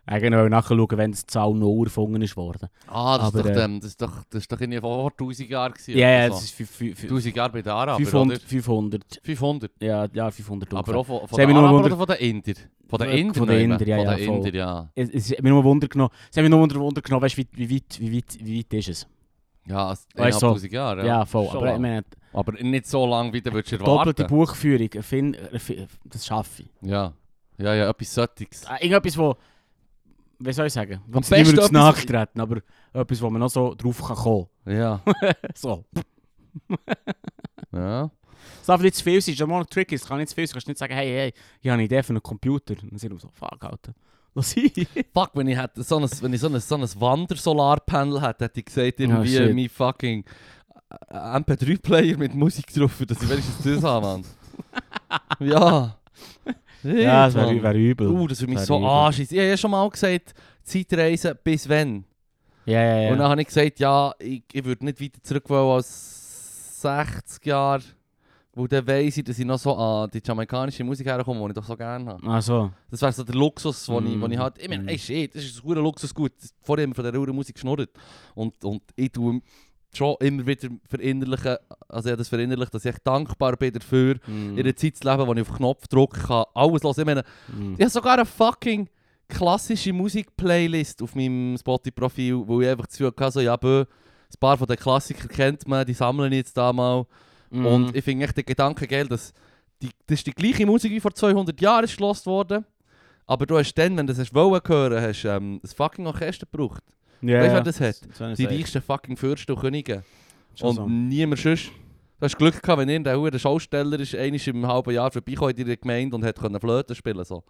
Speaker 1: Eigentlich wollte ich nachschauen, wenn das Zaun noch erfunden ist worden.
Speaker 2: Ah, das,
Speaker 1: Aber,
Speaker 2: ist doch,
Speaker 1: äh,
Speaker 2: ähm, das, ist doch, das ist doch irgendwie vor 1000 Jahren. gewesen
Speaker 1: Ja, ja,
Speaker 2: oder
Speaker 1: das
Speaker 2: so.
Speaker 1: ist fü- fü- fü-
Speaker 2: 1000 Jahre bei den Arabern,
Speaker 1: 500,
Speaker 2: oder?
Speaker 1: 500,
Speaker 2: 500.
Speaker 1: ja, ja 500
Speaker 2: Aber
Speaker 1: ungefähr.
Speaker 2: auch von, von
Speaker 1: haben
Speaker 2: den
Speaker 1: mich nur
Speaker 2: Arabern
Speaker 1: gewundert-
Speaker 2: oder von den Indern? Von den
Speaker 1: Von-
Speaker 2: Indern,
Speaker 1: von den
Speaker 2: eben.
Speaker 1: Indern, ja,
Speaker 2: Von
Speaker 1: ja,
Speaker 2: den
Speaker 1: voll.
Speaker 2: Indern, ja.
Speaker 1: Es, es hat mich nur Wunder genommen, es hat mich nur Wunder, Wunder genommen, weißt, wie, wie, weit, wie, weit, wie weit ist es?
Speaker 2: Ja, es-
Speaker 1: Weißt du, so-
Speaker 2: 1000 Jahre.
Speaker 1: Ja, voll.
Speaker 2: schon
Speaker 1: Aber ich
Speaker 2: lang.
Speaker 1: meine,
Speaker 2: aber nicht so lange, wie du würdest
Speaker 1: doppelte
Speaker 2: erwarten.
Speaker 1: Buchführung, ein Fin- ein Fi- das schaffe ich.
Speaker 2: Ja. ja, ja, etwas Söttiges.
Speaker 1: Äh, Irgendetwas, wo, wie soll ich sagen,
Speaker 2: Am
Speaker 1: es nicht
Speaker 2: besten
Speaker 1: mehr zu
Speaker 2: etwas-
Speaker 1: nachtreten, aber etwas, wo man noch so drauf kann kommen *laughs*
Speaker 2: Ja, *laughs*
Speaker 1: kann. So.
Speaker 2: ja.
Speaker 1: Es darf nicht zu viel sein, es ist immer noch ein Trick, es kann nicht zu viel sein, du kannst nicht sagen, hey, hey, ich habe eine Idee für einen Computer. Und dann sind wir so, fuck, Alter, lass ich.
Speaker 2: Fuck, wenn ich, hätte so ein, wenn ich so ein, so ein Wandersolarpanel hätte, hätte ich gesagt, irgendwie
Speaker 1: Oh, shit.
Speaker 2: mein fucking äh, MP3-Player mit Musik drauf, dass ich wenigstens das
Speaker 1: *laughs*
Speaker 2: habe, Mann. ja.
Speaker 1: *laughs* Ja, das
Speaker 2: Mann.
Speaker 1: wäre wär übel.
Speaker 2: Uh, das würde mich
Speaker 1: Wär
Speaker 2: so
Speaker 1: übel.
Speaker 2: anschießen. Ich habe ja schon mal gesagt, Zeitreisen bis wenn.
Speaker 1: Ja, ja, ja.
Speaker 2: Und dann habe ich gesagt, ja, ich, ich würde nicht weiter zurück wollen als 60 Jahre. Weil dann weiss ich, dass ich noch so an die jamaikanische Musik herkomme, die ich doch so gerne habe.
Speaker 1: Ach so.
Speaker 2: Das wäre so der Luxus, den ich,
Speaker 1: Mm.
Speaker 2: den ich hatte. Ich meine,
Speaker 1: Mm.
Speaker 2: ey shit, das ist ein guter Luxusgut. Vorher haben wir von dieser Uhr Musik geschnurrt. Und, und ich tue schon immer wieder verinnerlichen, also ich habe das verinnerlicht, dass ich echt dankbar bin dafür,
Speaker 1: Mm.
Speaker 2: in einer Zeit zu leben, wo ich auf Knopfdruck kann, alles los. Ich meine, ich habe sogar eine fucking klassische Musik-Playlist auf meinem Spotify-Profil, wo ich einfach zu hatte, so, ja, bö, ein paar von den Klassikern kennt man, die sammeln ich jetzt da mal.
Speaker 1: Mhm.
Speaker 2: Und ich finde echt den Gedanken geil, dass die, das ist die gleiche Musik wie vor 200 Jahren ist gelost worden. Aber du hast dann, wenn du das hast wollen hören, hast ähm, ein fucking Orchester gebraucht.
Speaker 1: ja,
Speaker 2: weißt du,
Speaker 1: ja.
Speaker 2: wer das hat? Die reichsten fucking Fürsten und Könige.
Speaker 1: Schon
Speaker 2: und
Speaker 1: so.
Speaker 2: niemand sonst. Du hast Glück gehabt, wenn irgendein Huren Schausteller ist, einmal im halben Jahr vorbeikommen in deiner Gemeinde und hat können Flöte spielen so.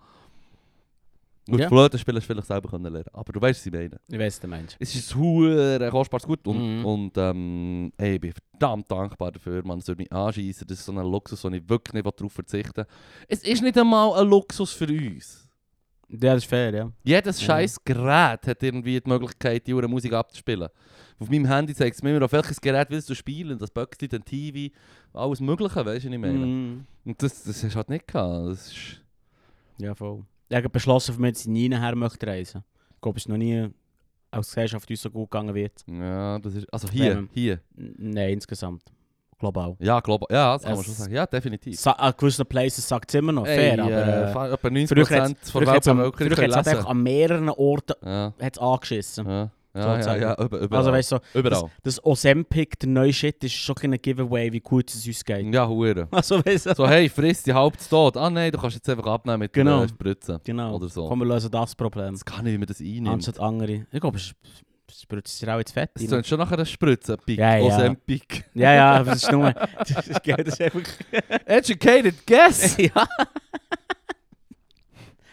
Speaker 2: Und
Speaker 1: Ja.
Speaker 2: Flöte spielen hast du vielleicht selber können lernen. Aber du weißt, was ich meine.
Speaker 1: Ich weiß, der Mensch.
Speaker 2: Es ist ein hure kostbares Gut und,
Speaker 1: Mhm.
Speaker 2: und ähm, ey, ich bin verdammt dankbar dafür, man. Es würde mich anschießen. Das ist so ein Luxus, den ich wirklich nicht darauf verzichten will. Es ist nicht einmal ein Luxus für uns.
Speaker 1: Ja, das ist fair, ja.
Speaker 2: Jedes
Speaker 1: Ja.
Speaker 2: scheiß Gerät hat irgendwie die Möglichkeit, die hure Musik abzuspielen. Auf meinem Handy zeigt es mir immer, auf welches Gerät willst du spielen. Das Böckli, den TV, alles mögliche, weißt du, was ich meine.
Speaker 1: Mhm.
Speaker 2: Und das, das hast du halt nicht gehabt. Das ist...
Speaker 1: Ja, voll. Ich habe beschlossen, für mich, dass ich nie nachher möchte reisen. Ich glaube, es ist noch nie als Gesellschaft uns so gut gegangen wird.
Speaker 2: Ja, das ist... Also hier,
Speaker 1: Wenn-
Speaker 2: hier.
Speaker 1: N- Nein, insgesamt. Global.
Speaker 2: Ja, glaube Ja, das kann man
Speaker 1: Es-
Speaker 2: schon sagen. Ja, definitiv.
Speaker 1: Sa an gewissen Places sagt es immer noch,
Speaker 2: Ey,
Speaker 1: fair,
Speaker 2: äh,
Speaker 1: aber... Äh,
Speaker 2: fa- etwa
Speaker 1: früher hat
Speaker 2: 90%
Speaker 1: es
Speaker 2: von Welpen
Speaker 1: an,
Speaker 2: Welker
Speaker 1: früher hat's halt
Speaker 2: lesen.
Speaker 1: echt an mehreren Orten
Speaker 2: Ja,
Speaker 1: hat's angeschissen.
Speaker 2: ja, ja, ja,
Speaker 1: Sozusagen.
Speaker 2: ja, über- überall.
Speaker 1: Also weißt du, so,
Speaker 2: überall.
Speaker 1: das dus Ozempic, der neue Shit, ist schon kein Giveaway, wie gut es uns geht.
Speaker 2: Ja, hure.
Speaker 1: Also weißt du...
Speaker 2: So, hey, friss die halb zu tot. Ah nein, du kannst jetzt einfach abnehmen mit
Speaker 1: Genau.
Speaker 2: der Spritze.
Speaker 1: Genau.
Speaker 2: Oder so.
Speaker 1: Komm, Also wir lösen das Problem.
Speaker 2: Das kann nicht, wie man das einnimmt.
Speaker 1: Anstatt andere. Ich glaube, es es spritzt sich auch ins Fett.
Speaker 2: Das
Speaker 1: rein.
Speaker 2: klingt schon nachher eine Spritze. Pick.
Speaker 1: Ja, ja.
Speaker 2: Ozempic.
Speaker 1: Ja, ja, aber es ist nur. *laughs* Das ist, geil, das ist einfach.
Speaker 2: *laughs*
Speaker 1: *laughs*
Speaker 2: Educated guess!
Speaker 1: ja.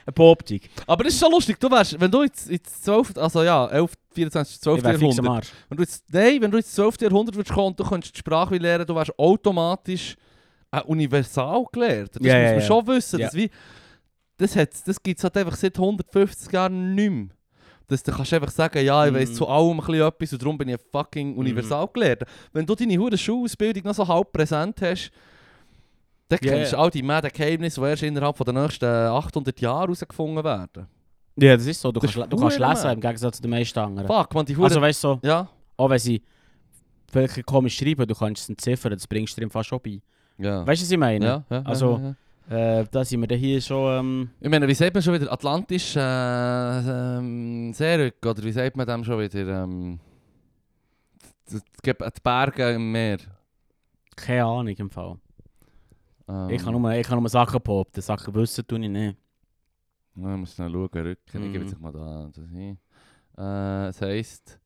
Speaker 1: Eine Poptik.
Speaker 2: Aber das ist schon lustig. Du wärst, wenn du jetzt, jetzt 12, also ja, 11, 24, 12
Speaker 1: Ich wäre fix am
Speaker 2: Jahrhundert.
Speaker 1: Arsch.
Speaker 2: Wenn du jetzt, nein, wenn du jetzt 12 Jahrhundert würdest kommen und du könntest die Sprache wie lernen, du wärst automatisch ein Universalgelehrter. Das
Speaker 1: Ja,
Speaker 2: muss
Speaker 1: ja, ja.
Speaker 2: man schon wissen.
Speaker 1: Ja.
Speaker 2: Das, wie- das, hat's- das gibt es halt einfach seit 150 Jahren nicht mehr. Dass du kannst einfach sagen, ja, ich
Speaker 1: Mhm.
Speaker 2: weiss zu allem ein bisschen etwas und darum bin ich ein fucking Universalgelehrter. Wenn du deine hure Schulausbildung noch so halb präsent hast, dann
Speaker 1: Ja,
Speaker 2: kennst du
Speaker 1: ja.
Speaker 2: all die mäden Geheimnisse, die erst innerhalb von den nächsten 800 Jahren herausgefunden werden.
Speaker 1: Ja, das ist so. Du,
Speaker 2: Das
Speaker 1: kannst, le-
Speaker 2: ist
Speaker 1: du kannst
Speaker 2: verdammt.
Speaker 1: lesen im Gegensatz zu den meisten anderen.
Speaker 2: Fuck, man, die hure...
Speaker 1: Also oh, weißt du, so,
Speaker 2: ja.
Speaker 1: auch wenn sie vielleicht ein komisch schreiben, du kannst es entziffern, das bringst du dir fast schon bei.
Speaker 2: Ja.
Speaker 1: Weißt du, was ich meine?
Speaker 2: ja, ja,
Speaker 1: Also-
Speaker 2: ja, ja.
Speaker 1: Äh, da sind wir dann hier schon. Ähm,
Speaker 2: Ich meine, wie sagt man schon wieder? Atlantisch äh, ähm, Seerück, oder wie sagt man dem schon wieder? Ähm, d- d- gibt die Berge im Meer.
Speaker 1: keine Ahnung im Fall.
Speaker 2: Ähm,
Speaker 1: Ich, kann nur, ich kann nur Sachen behaupten. Sachen wissen tue ich nicht.
Speaker 2: Ja, ich muss schnell schauen, Rücken, ich gebe
Speaker 1: Mhm.
Speaker 2: jetzt mal da. Das hin. Äh, es heisst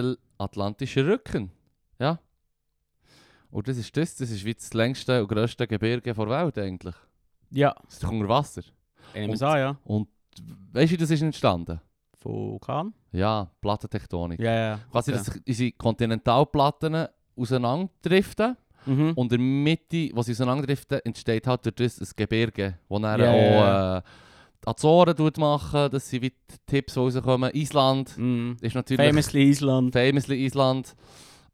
Speaker 2: Mittelatlantischer Rücken. Ja. Oh, Und das ist das, das ist dus, wie das längste und grösste Gebirge der Welt eigentlich.
Speaker 1: Ja.
Speaker 2: Das ist doch unter Wasser.
Speaker 1: Ich nehme es an, ja.
Speaker 2: Und weißt du, wie das ist entstanden?
Speaker 1: Vulkan?
Speaker 2: Ja, Plattentektonik.
Speaker 1: Ja, ja.
Speaker 2: Quasi, dass sich unsere Kontinentalplatten auseinanderdriften
Speaker 1: Mhm.
Speaker 2: und in der Mitte, wo sie auseinanderdriften, entsteht halt durch das ein Gebirge, wo dann
Speaker 1: Ja,
Speaker 2: auch
Speaker 1: ja, ja.
Speaker 2: Äh, die Azoren tut machen, das sind wie die Tipps, die rauskommen. Island
Speaker 1: Mhm.
Speaker 2: ist natürlich...
Speaker 1: Famously Island.
Speaker 2: Famously Island.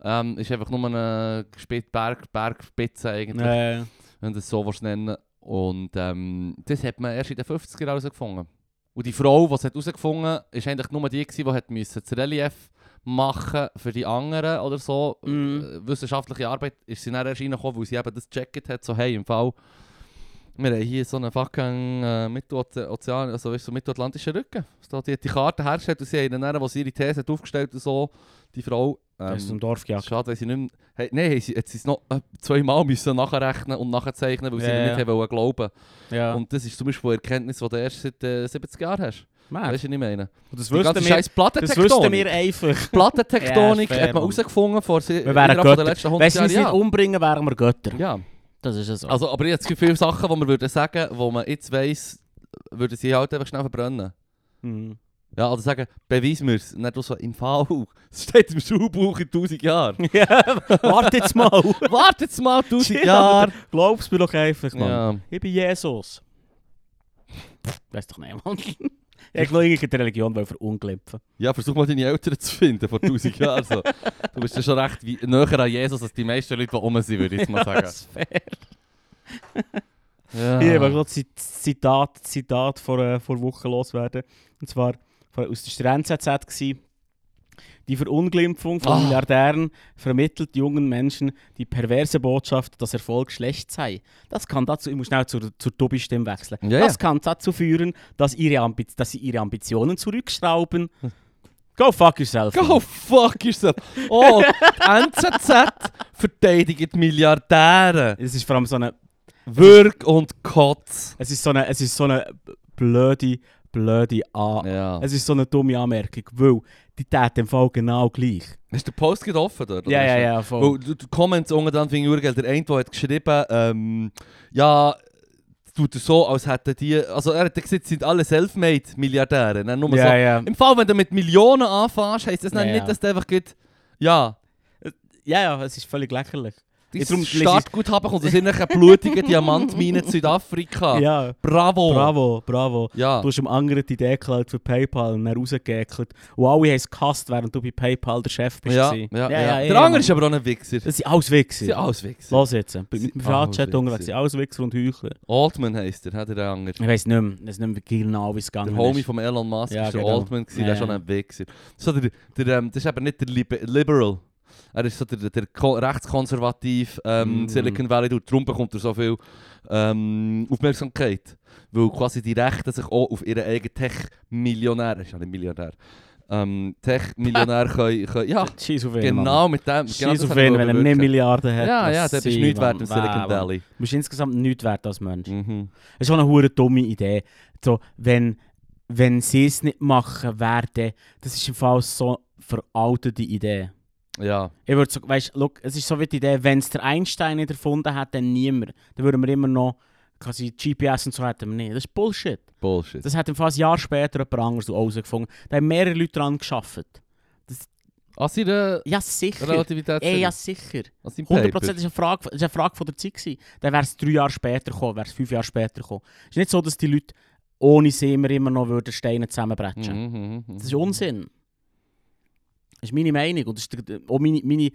Speaker 2: Ähm, ist einfach nur eine gespit- Berg, Bergspitze eigentlich,
Speaker 1: Äh,
Speaker 2: wenn du es so willst nennen Und ähm, das hat man erst in den 50er Jahren herausgefunden. Und die Frau, die es hat herausgefunden hat, war eigentlich nur die, gewesen, die hat müssen das Relief machen für die anderen oder so.
Speaker 1: Mhm.
Speaker 2: Äh, Wissenschaftliche Arbeit ist sie dann erst reingekommen, weil sie eben das gecheckt hat, so hey, im Fall... Wir haben hier so einen fucking äh, Mittelozean, also weißt du, so mittelatlantische Rücken. So, die hat die Karte hergestellt und sie haben dann, wo sie ihre These hat aufgestellt und so, die Frau...
Speaker 1: das
Speaker 2: ähm,
Speaker 1: ist zum Dorf gejagt.
Speaker 2: Schade, dass sie nicht mehr... Hey, nein, hey, sie, jetzt sie es noch äh, zweimal müssen nachrechnen und nachzeichnen, weil sie
Speaker 1: Ja,
Speaker 2: ihnen
Speaker 1: ja.
Speaker 2: nicht haben wollen glauben
Speaker 1: Ja.
Speaker 2: Und das ist zum Beispiel eine Erkenntnis, die du erst seit äh, 70 Jahren hast.
Speaker 1: Mann,
Speaker 2: Weißt du, was ich meine?
Speaker 1: und das
Speaker 2: Die ganze
Speaker 1: wüssten wir,
Speaker 2: scheiß
Speaker 1: das wüssten
Speaker 2: Plattentektonik.
Speaker 1: wir einfach.
Speaker 2: *laughs*
Speaker 1: *laughs*
Speaker 2: Plattentektonik
Speaker 1: Ja, fair,
Speaker 2: hat man
Speaker 1: Mann.
Speaker 2: herausgefunden vor si-
Speaker 1: wären
Speaker 2: innerhalb von
Speaker 1: Götter.
Speaker 2: den letzten 100
Speaker 1: Weißt du, wenn
Speaker 2: Jahren.
Speaker 1: sie es nicht
Speaker 2: Ja.
Speaker 1: umbringen, wären wir Götter.
Speaker 2: ja,
Speaker 1: Das ist es so.
Speaker 2: also aber jetzt gibt es viele Sachen, die wir würden sagen, die man jetzt weiss, würden sie halt einfach schnell verbrennen.
Speaker 1: Mhm. *laughs*
Speaker 2: Ja, also sagen, beweis mir's. Nicht so im V. *laughs* Es steht im Schulbuch in
Speaker 1: *laughs*
Speaker 2: 1000 Jahren.
Speaker 1: ja, warte jetzt mal.
Speaker 2: *laughs* Warte jetzt mal 1000
Speaker 1: Chill,
Speaker 2: Jahre.
Speaker 1: Glaubst mir doch einfach, Mann.
Speaker 2: Ja.
Speaker 1: Ich bin
Speaker 2: *laughs*
Speaker 1: Jesus. Weiß doch nicht, *laughs* Mann. Ich will irgendwie die Religion wollen verunglimpfen.
Speaker 2: Ja, versuch mal deine Eltern *laughs* zu finden vor 1000 Jahren. So. Du bist ja schon recht wie, näher an Jesus als die meisten Leute, die um sind, würde ich jetzt mal sagen.
Speaker 1: Das ist fair.
Speaker 2: Ja.
Speaker 1: Hier, ich gerade Zitat, Zitat vor, äh, vor Wochen loswerden. Und zwar von, aus der NZZ. gsi. Die Verunglimpfung von
Speaker 2: Ah.
Speaker 1: Milliardären vermittelt jungen Menschen die perverse Botschaft, dass Erfolg schlecht sei. Das kann dazu, ich muss schnell zur, zur Tobi-Stimme wechseln.
Speaker 2: Ja, ja.
Speaker 1: das kann dazu führen, dass, ihre Ambi dass sie ihre Ambitionen zurückschrauben. Go fuck yourself.
Speaker 2: Go fuck yourself! Oh, die NZZ verteidigt Milliardäre.
Speaker 1: Es ist vor allem so eine,
Speaker 2: Würg und Kotz.
Speaker 1: es ist so eine, es ist so eine blöde, blöde A.
Speaker 2: Ja.
Speaker 1: Es ist so eine dumme Anmerkung, weil die täten im Fall genau gleich.
Speaker 2: Hast du den Post gerade offen dort? oder
Speaker 1: Ja,
Speaker 2: ist
Speaker 1: ja,
Speaker 2: er-
Speaker 1: ja,
Speaker 2: Weil
Speaker 1: voll.
Speaker 2: die die Comments unten dann finde ich urgeil. Der eine, der hat geschrieben, ähm, ja, es tut er so, als hätten die, also er hat gesagt, es sind alle Selfmade-Milliardäre. Dann Nur so,
Speaker 1: Ja, ja.
Speaker 2: Im Fall, wenn du mit Millionen anfängst, heisst das dann
Speaker 1: Ja, ja.
Speaker 2: nicht, dass du einfach geht, ja,
Speaker 1: ja, ja, es ist völlig lächerlich. Ja, darum
Speaker 2: dein
Speaker 1: lese ich-
Speaker 2: Startguthaben kommt aus
Speaker 1: *laughs*
Speaker 2: irgendeiner blutigen Diamantmine in Südafrika.
Speaker 1: Ja,
Speaker 2: Bravo.
Speaker 1: bravo, bravo.
Speaker 2: Ja.
Speaker 1: Du hast ihm anderen die Idee geklaut für PayPal und dann rausgeekelt. Und alle haben es gehasst, während du bei PayPal der Chef bist.
Speaker 2: ja, ja,
Speaker 1: gewesen.
Speaker 2: ja,
Speaker 1: eh,
Speaker 2: Der andere ist
Speaker 1: Mann.
Speaker 2: aber auch ein Wichser.
Speaker 1: Das sind alles Wichser.
Speaker 2: Das ist alles Wichser.
Speaker 1: Los jetzt, mit
Speaker 2: sind
Speaker 1: dem
Speaker 2: alles
Speaker 1: Privatchat
Speaker 2: Wichser.
Speaker 1: unterwegs, sind alles Wichser und Heuchler.
Speaker 2: Altman heisst er, hat der andere.
Speaker 1: Ich weiß nicht mehr, ich weiss nicht mehr genau, wie es gegangen
Speaker 2: Der Homie
Speaker 1: ist.
Speaker 2: von Elon Musk
Speaker 1: Ja,
Speaker 2: war der
Speaker 1: genau.
Speaker 2: Altman, gewesen, der
Speaker 1: Ja,
Speaker 2: ist schon
Speaker 1: ja.
Speaker 2: ein Wichser. So der, der, ähm, das ist aber nicht der Liber Liberal. Er ist so der, der ko- rechtskonservativ ähm,
Speaker 1: Mm.
Speaker 2: Silicon Valley Dude. Darum bekommt er so viel ähm, Aufmerksamkeit. Weil quasi die Rechten sich auch auf ihren eigenen Tech-Millionär, er ist ja nicht Milliardär, ähm,
Speaker 1: *laughs*
Speaker 2: Tech-Millionär können, können... Ja,
Speaker 1: Scheiß auf ihn, Mann.
Speaker 2: genau mit dem. Genau
Speaker 1: Scheiß
Speaker 2: das
Speaker 1: auf
Speaker 2: wollte ich
Speaker 1: ihn, wenn er nicht
Speaker 2: bewirken.
Speaker 1: Milliarden hat.
Speaker 2: Ja,
Speaker 1: was
Speaker 2: ja, der ist
Speaker 1: sie,
Speaker 2: nichts
Speaker 1: Mann.
Speaker 2: wert im Silicon
Speaker 1: Wow, Mann.
Speaker 2: Valley.
Speaker 1: Du bist insgesamt nichts wert als Mensch.
Speaker 2: Mhm.
Speaker 1: Das ist auch eine hure dumme Idee. So, wenn wenn sie es nicht machen werden, das ist im Fall so veraltete Idee.
Speaker 2: Ja,
Speaker 1: Ich würde so, weißt, look, es ist so wie die Idee, wenn es der Einstein nicht erfunden hat, dann niemand. Dann würden wir immer noch quasi GPS und so hätten wir nicht. Das ist Bullshit.
Speaker 2: Bullshit.
Speaker 1: Das hat im Fall ein Jahr später jemand anderes herausgefunden. Da haben mehrere Leute daran geschafft.
Speaker 2: An seiner
Speaker 1: Ja, sicher.
Speaker 2: Relativität...
Speaker 1: Ey, ja, sicher.
Speaker 2: An seinem
Speaker 1: 100%
Speaker 2: Paper.
Speaker 1: ist eine Frage, ist eine Frage von der Zeit gewesen. Dann wäre es drei Jahre später gekommen, wäre es fünf Jahre später gekommen. Es ist nicht so, dass die Leute ohne sie immer, immer noch würden Steine zusammenbrechen würden.
Speaker 2: Mhm, mhm,
Speaker 1: Das ist
Speaker 2: mhm.
Speaker 1: Unsinn. Das ist meine Meinung und das ist der- auch meine, meine,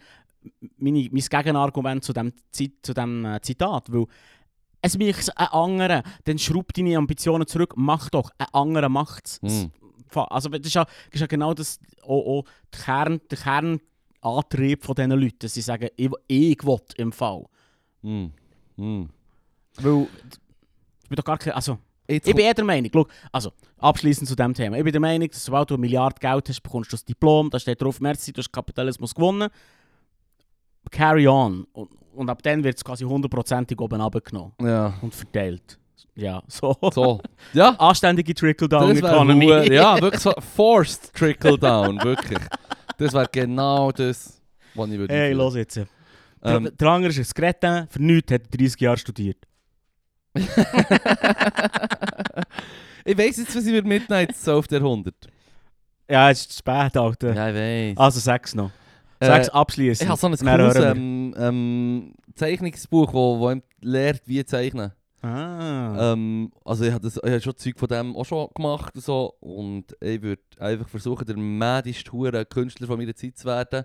Speaker 1: meine, mein Gegenargument zu diesem zu dem, äh, Zitat. Weil es mich ein anderer, dann schraub deine Ambitionen zurück, mach doch, ein anderer macht es.
Speaker 2: Mhm.
Speaker 1: Fa- Also, das ist ja, das ist ja genau das, auch, auch der, Kern, der Kernantrieb von diesen Leuten, dass sie sagen, ich, ich will im Fall.
Speaker 2: Mm. Mm.
Speaker 1: Weil, ich bin doch gar kein, also,
Speaker 2: Jetzt
Speaker 1: ich bin eher der Meinung, schau, also, abschließend zu diesem Thema, ich bin der Meinung, dass sobald du eine Milliarde Geld hast, bekommst du das Diplom, da steht drauf, merci, du hast Kapitalismus gewonnen, carry on. Und, und ab dann wird es quasi hundertprozentig oben abgenommen
Speaker 2: kommt- ja.
Speaker 1: und verteilt. Ja, *laughs* so.
Speaker 2: So. Ja.
Speaker 1: Anständige
Speaker 2: Das wär
Speaker 1: Trickle-Down-Economy.
Speaker 2: hu- eh, Ja, wirklich so forced trickle down, wirklich. Das wäre genau das, was ich würde.
Speaker 1: Hey,
Speaker 2: einführen.
Speaker 1: los jetzt.
Speaker 2: *laughs*
Speaker 1: Ähm.
Speaker 2: Ähm,
Speaker 1: Der andere ist ein Skretten, für nichts hat er 30 Jahre studiert.
Speaker 2: ich weiß jetzt, was ich mit Midnight so auf der 100.
Speaker 1: Ja, es ist zu spät, Alter.
Speaker 2: Ja, ich weiß.
Speaker 1: Also sechs noch.
Speaker 2: Äh,
Speaker 1: Sechs abschließen.
Speaker 2: ich habe so ein
Speaker 1: Dann
Speaker 2: cooles
Speaker 1: hören
Speaker 2: ähm, ähm, Zeichnungsbuch, wo, wo einem lehrt, wie zeichnen.
Speaker 1: Ah.
Speaker 2: Ähm, also ich habe das- ich habe schon Zeug von dem auch schon gemacht und so. Und ich würde einfach versuchen, der mädigste hure Künstler von meiner Zeit zu werden.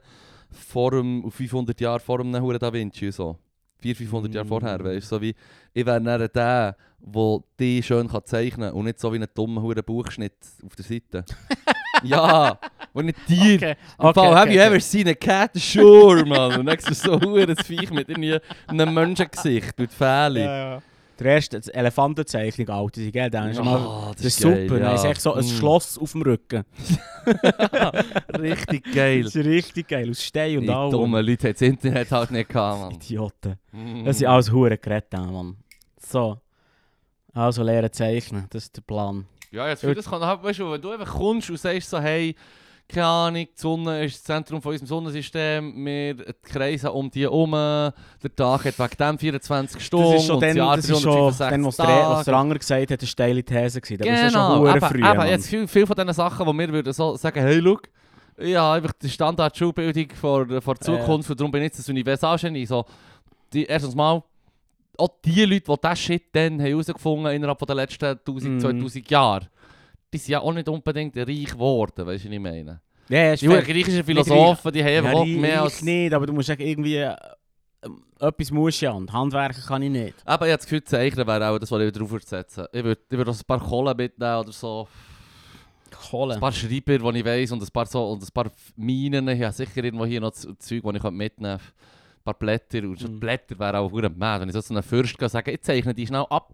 Speaker 2: Vor dem, 500 Jahre vor dem hure Da Vinci und so. 400, 500 Jahre
Speaker 1: Mm.
Speaker 2: vorher, weißt du. So wie, ich wäre dann der, der die schön kann zeichnen kann und nicht so wie ein dummer hure Buchschnitt auf der *laughs* Seite. ja, und nicht dir. Im Fall, have you ever seen a cat? Sure, man. Und dann siehst du so hure das Viech mit irgendwie einem Menschengesicht mit Fählen.
Speaker 1: Der erste, die Elefantenzeichnung, Alter, die geht dann schon mal.
Speaker 2: Ah,
Speaker 1: Das ist super,
Speaker 2: geil,
Speaker 1: dann ist echt so ein
Speaker 2: Mm.
Speaker 1: Schloss auf dem Rücken.
Speaker 2: Richtig
Speaker 1: Das
Speaker 2: geil.
Speaker 1: ist richtig geil, aus Stein und
Speaker 2: Die
Speaker 1: allem.
Speaker 2: dummen Leute haben das Internet halt nicht gehabt,
Speaker 1: Idioten. *laughs*
Speaker 2: Mann.
Speaker 1: Das sind alles hure Kretten, Mann. So. Also lernen zeichnen, das ist der Plan.
Speaker 2: Ja, jetzt für das kann halt, weißt du, wenn du einfach kommst und sagst so, hey, keine Ahnung, die Sonne ist das Zentrum von unserem Sonnensystem, wir kreisen um die herum, der Tag hat wegen dem 24 Stunden,
Speaker 1: Das ist schon
Speaker 2: und das
Speaker 1: dann,
Speaker 2: Jahr
Speaker 1: das ist schon
Speaker 2: 365
Speaker 1: dann was, der,
Speaker 2: Tage.
Speaker 1: was der andere gesagt hat, eine steile These gewesen. Das ist schon
Speaker 2: Genau,
Speaker 1: hure
Speaker 2: eben,
Speaker 1: früh,
Speaker 2: eben,
Speaker 1: Mann.
Speaker 2: jetzt viel, viel von diesen Sachen, die wir würden so sagen, hey, schau, ich habe einfach die Standard-Schulbildung vor, vor die
Speaker 1: Ja, ja.
Speaker 2: Zukunft und darum bin ich jetzt das Universalgenie. So, die, erstens mal, auch die Leute, die diesen Shit dann haben herausgefunden haben innerhalb der letzten 1000,
Speaker 1: Mhm.
Speaker 2: 2000 Jahre, die sind ja auch nicht unbedingt reich geworden, weißt du, was ich meine?
Speaker 1: Ja, ja, ist
Speaker 2: Die
Speaker 1: fair.
Speaker 2: griechischen Philosophen, die haben
Speaker 1: Ja,
Speaker 2: einfach auch
Speaker 1: reich-
Speaker 2: mehr
Speaker 1: reich
Speaker 2: als...
Speaker 1: nicht, aber du musst echt irgendwie... Äh, ähm, etwas musst du ja und Handwerken kann ich nicht.
Speaker 2: Aber ich habe das Gefühl, Zeichnen wäre auch das, was ich drauf würde setzen. Ich würde ich würde auch ein paar Kohlen mitnehmen oder so.
Speaker 1: Kohle.
Speaker 2: Ein paar Schreiber, die ich weiss, und ein paar, so, und ein paar Minen. Ich habe sicher irgendwo hier noch Z- Zeug, die ich mitnehmen könnte. Ein paar Blätter. Und schon die
Speaker 1: Mhm.
Speaker 2: Blätter wären auch verdammt mad. Wenn ich so zu einem Fürst gehe, sage, ich zeichne die schnell ab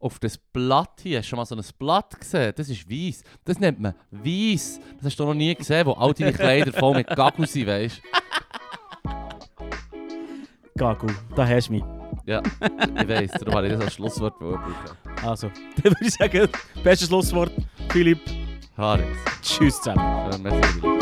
Speaker 2: auf das Blatt hier. Hast du schon mal so ein Blatt gesehen? Das ist weiß. Das nennt man weiß. Das hast du noch nie gesehen, wo all deine Kleider voll mit Gagu sind, weißt du?
Speaker 1: Gagu, da hast du mich.
Speaker 2: Ja, ich weiss. Darum habe ich das als Schlusswort gebraucht.
Speaker 1: Also, *laughs* dann würde ich sagen, bestes Schlusswort. Philipp,
Speaker 2: Harix.
Speaker 1: tschüss zusammen.
Speaker 2: Äh, merci.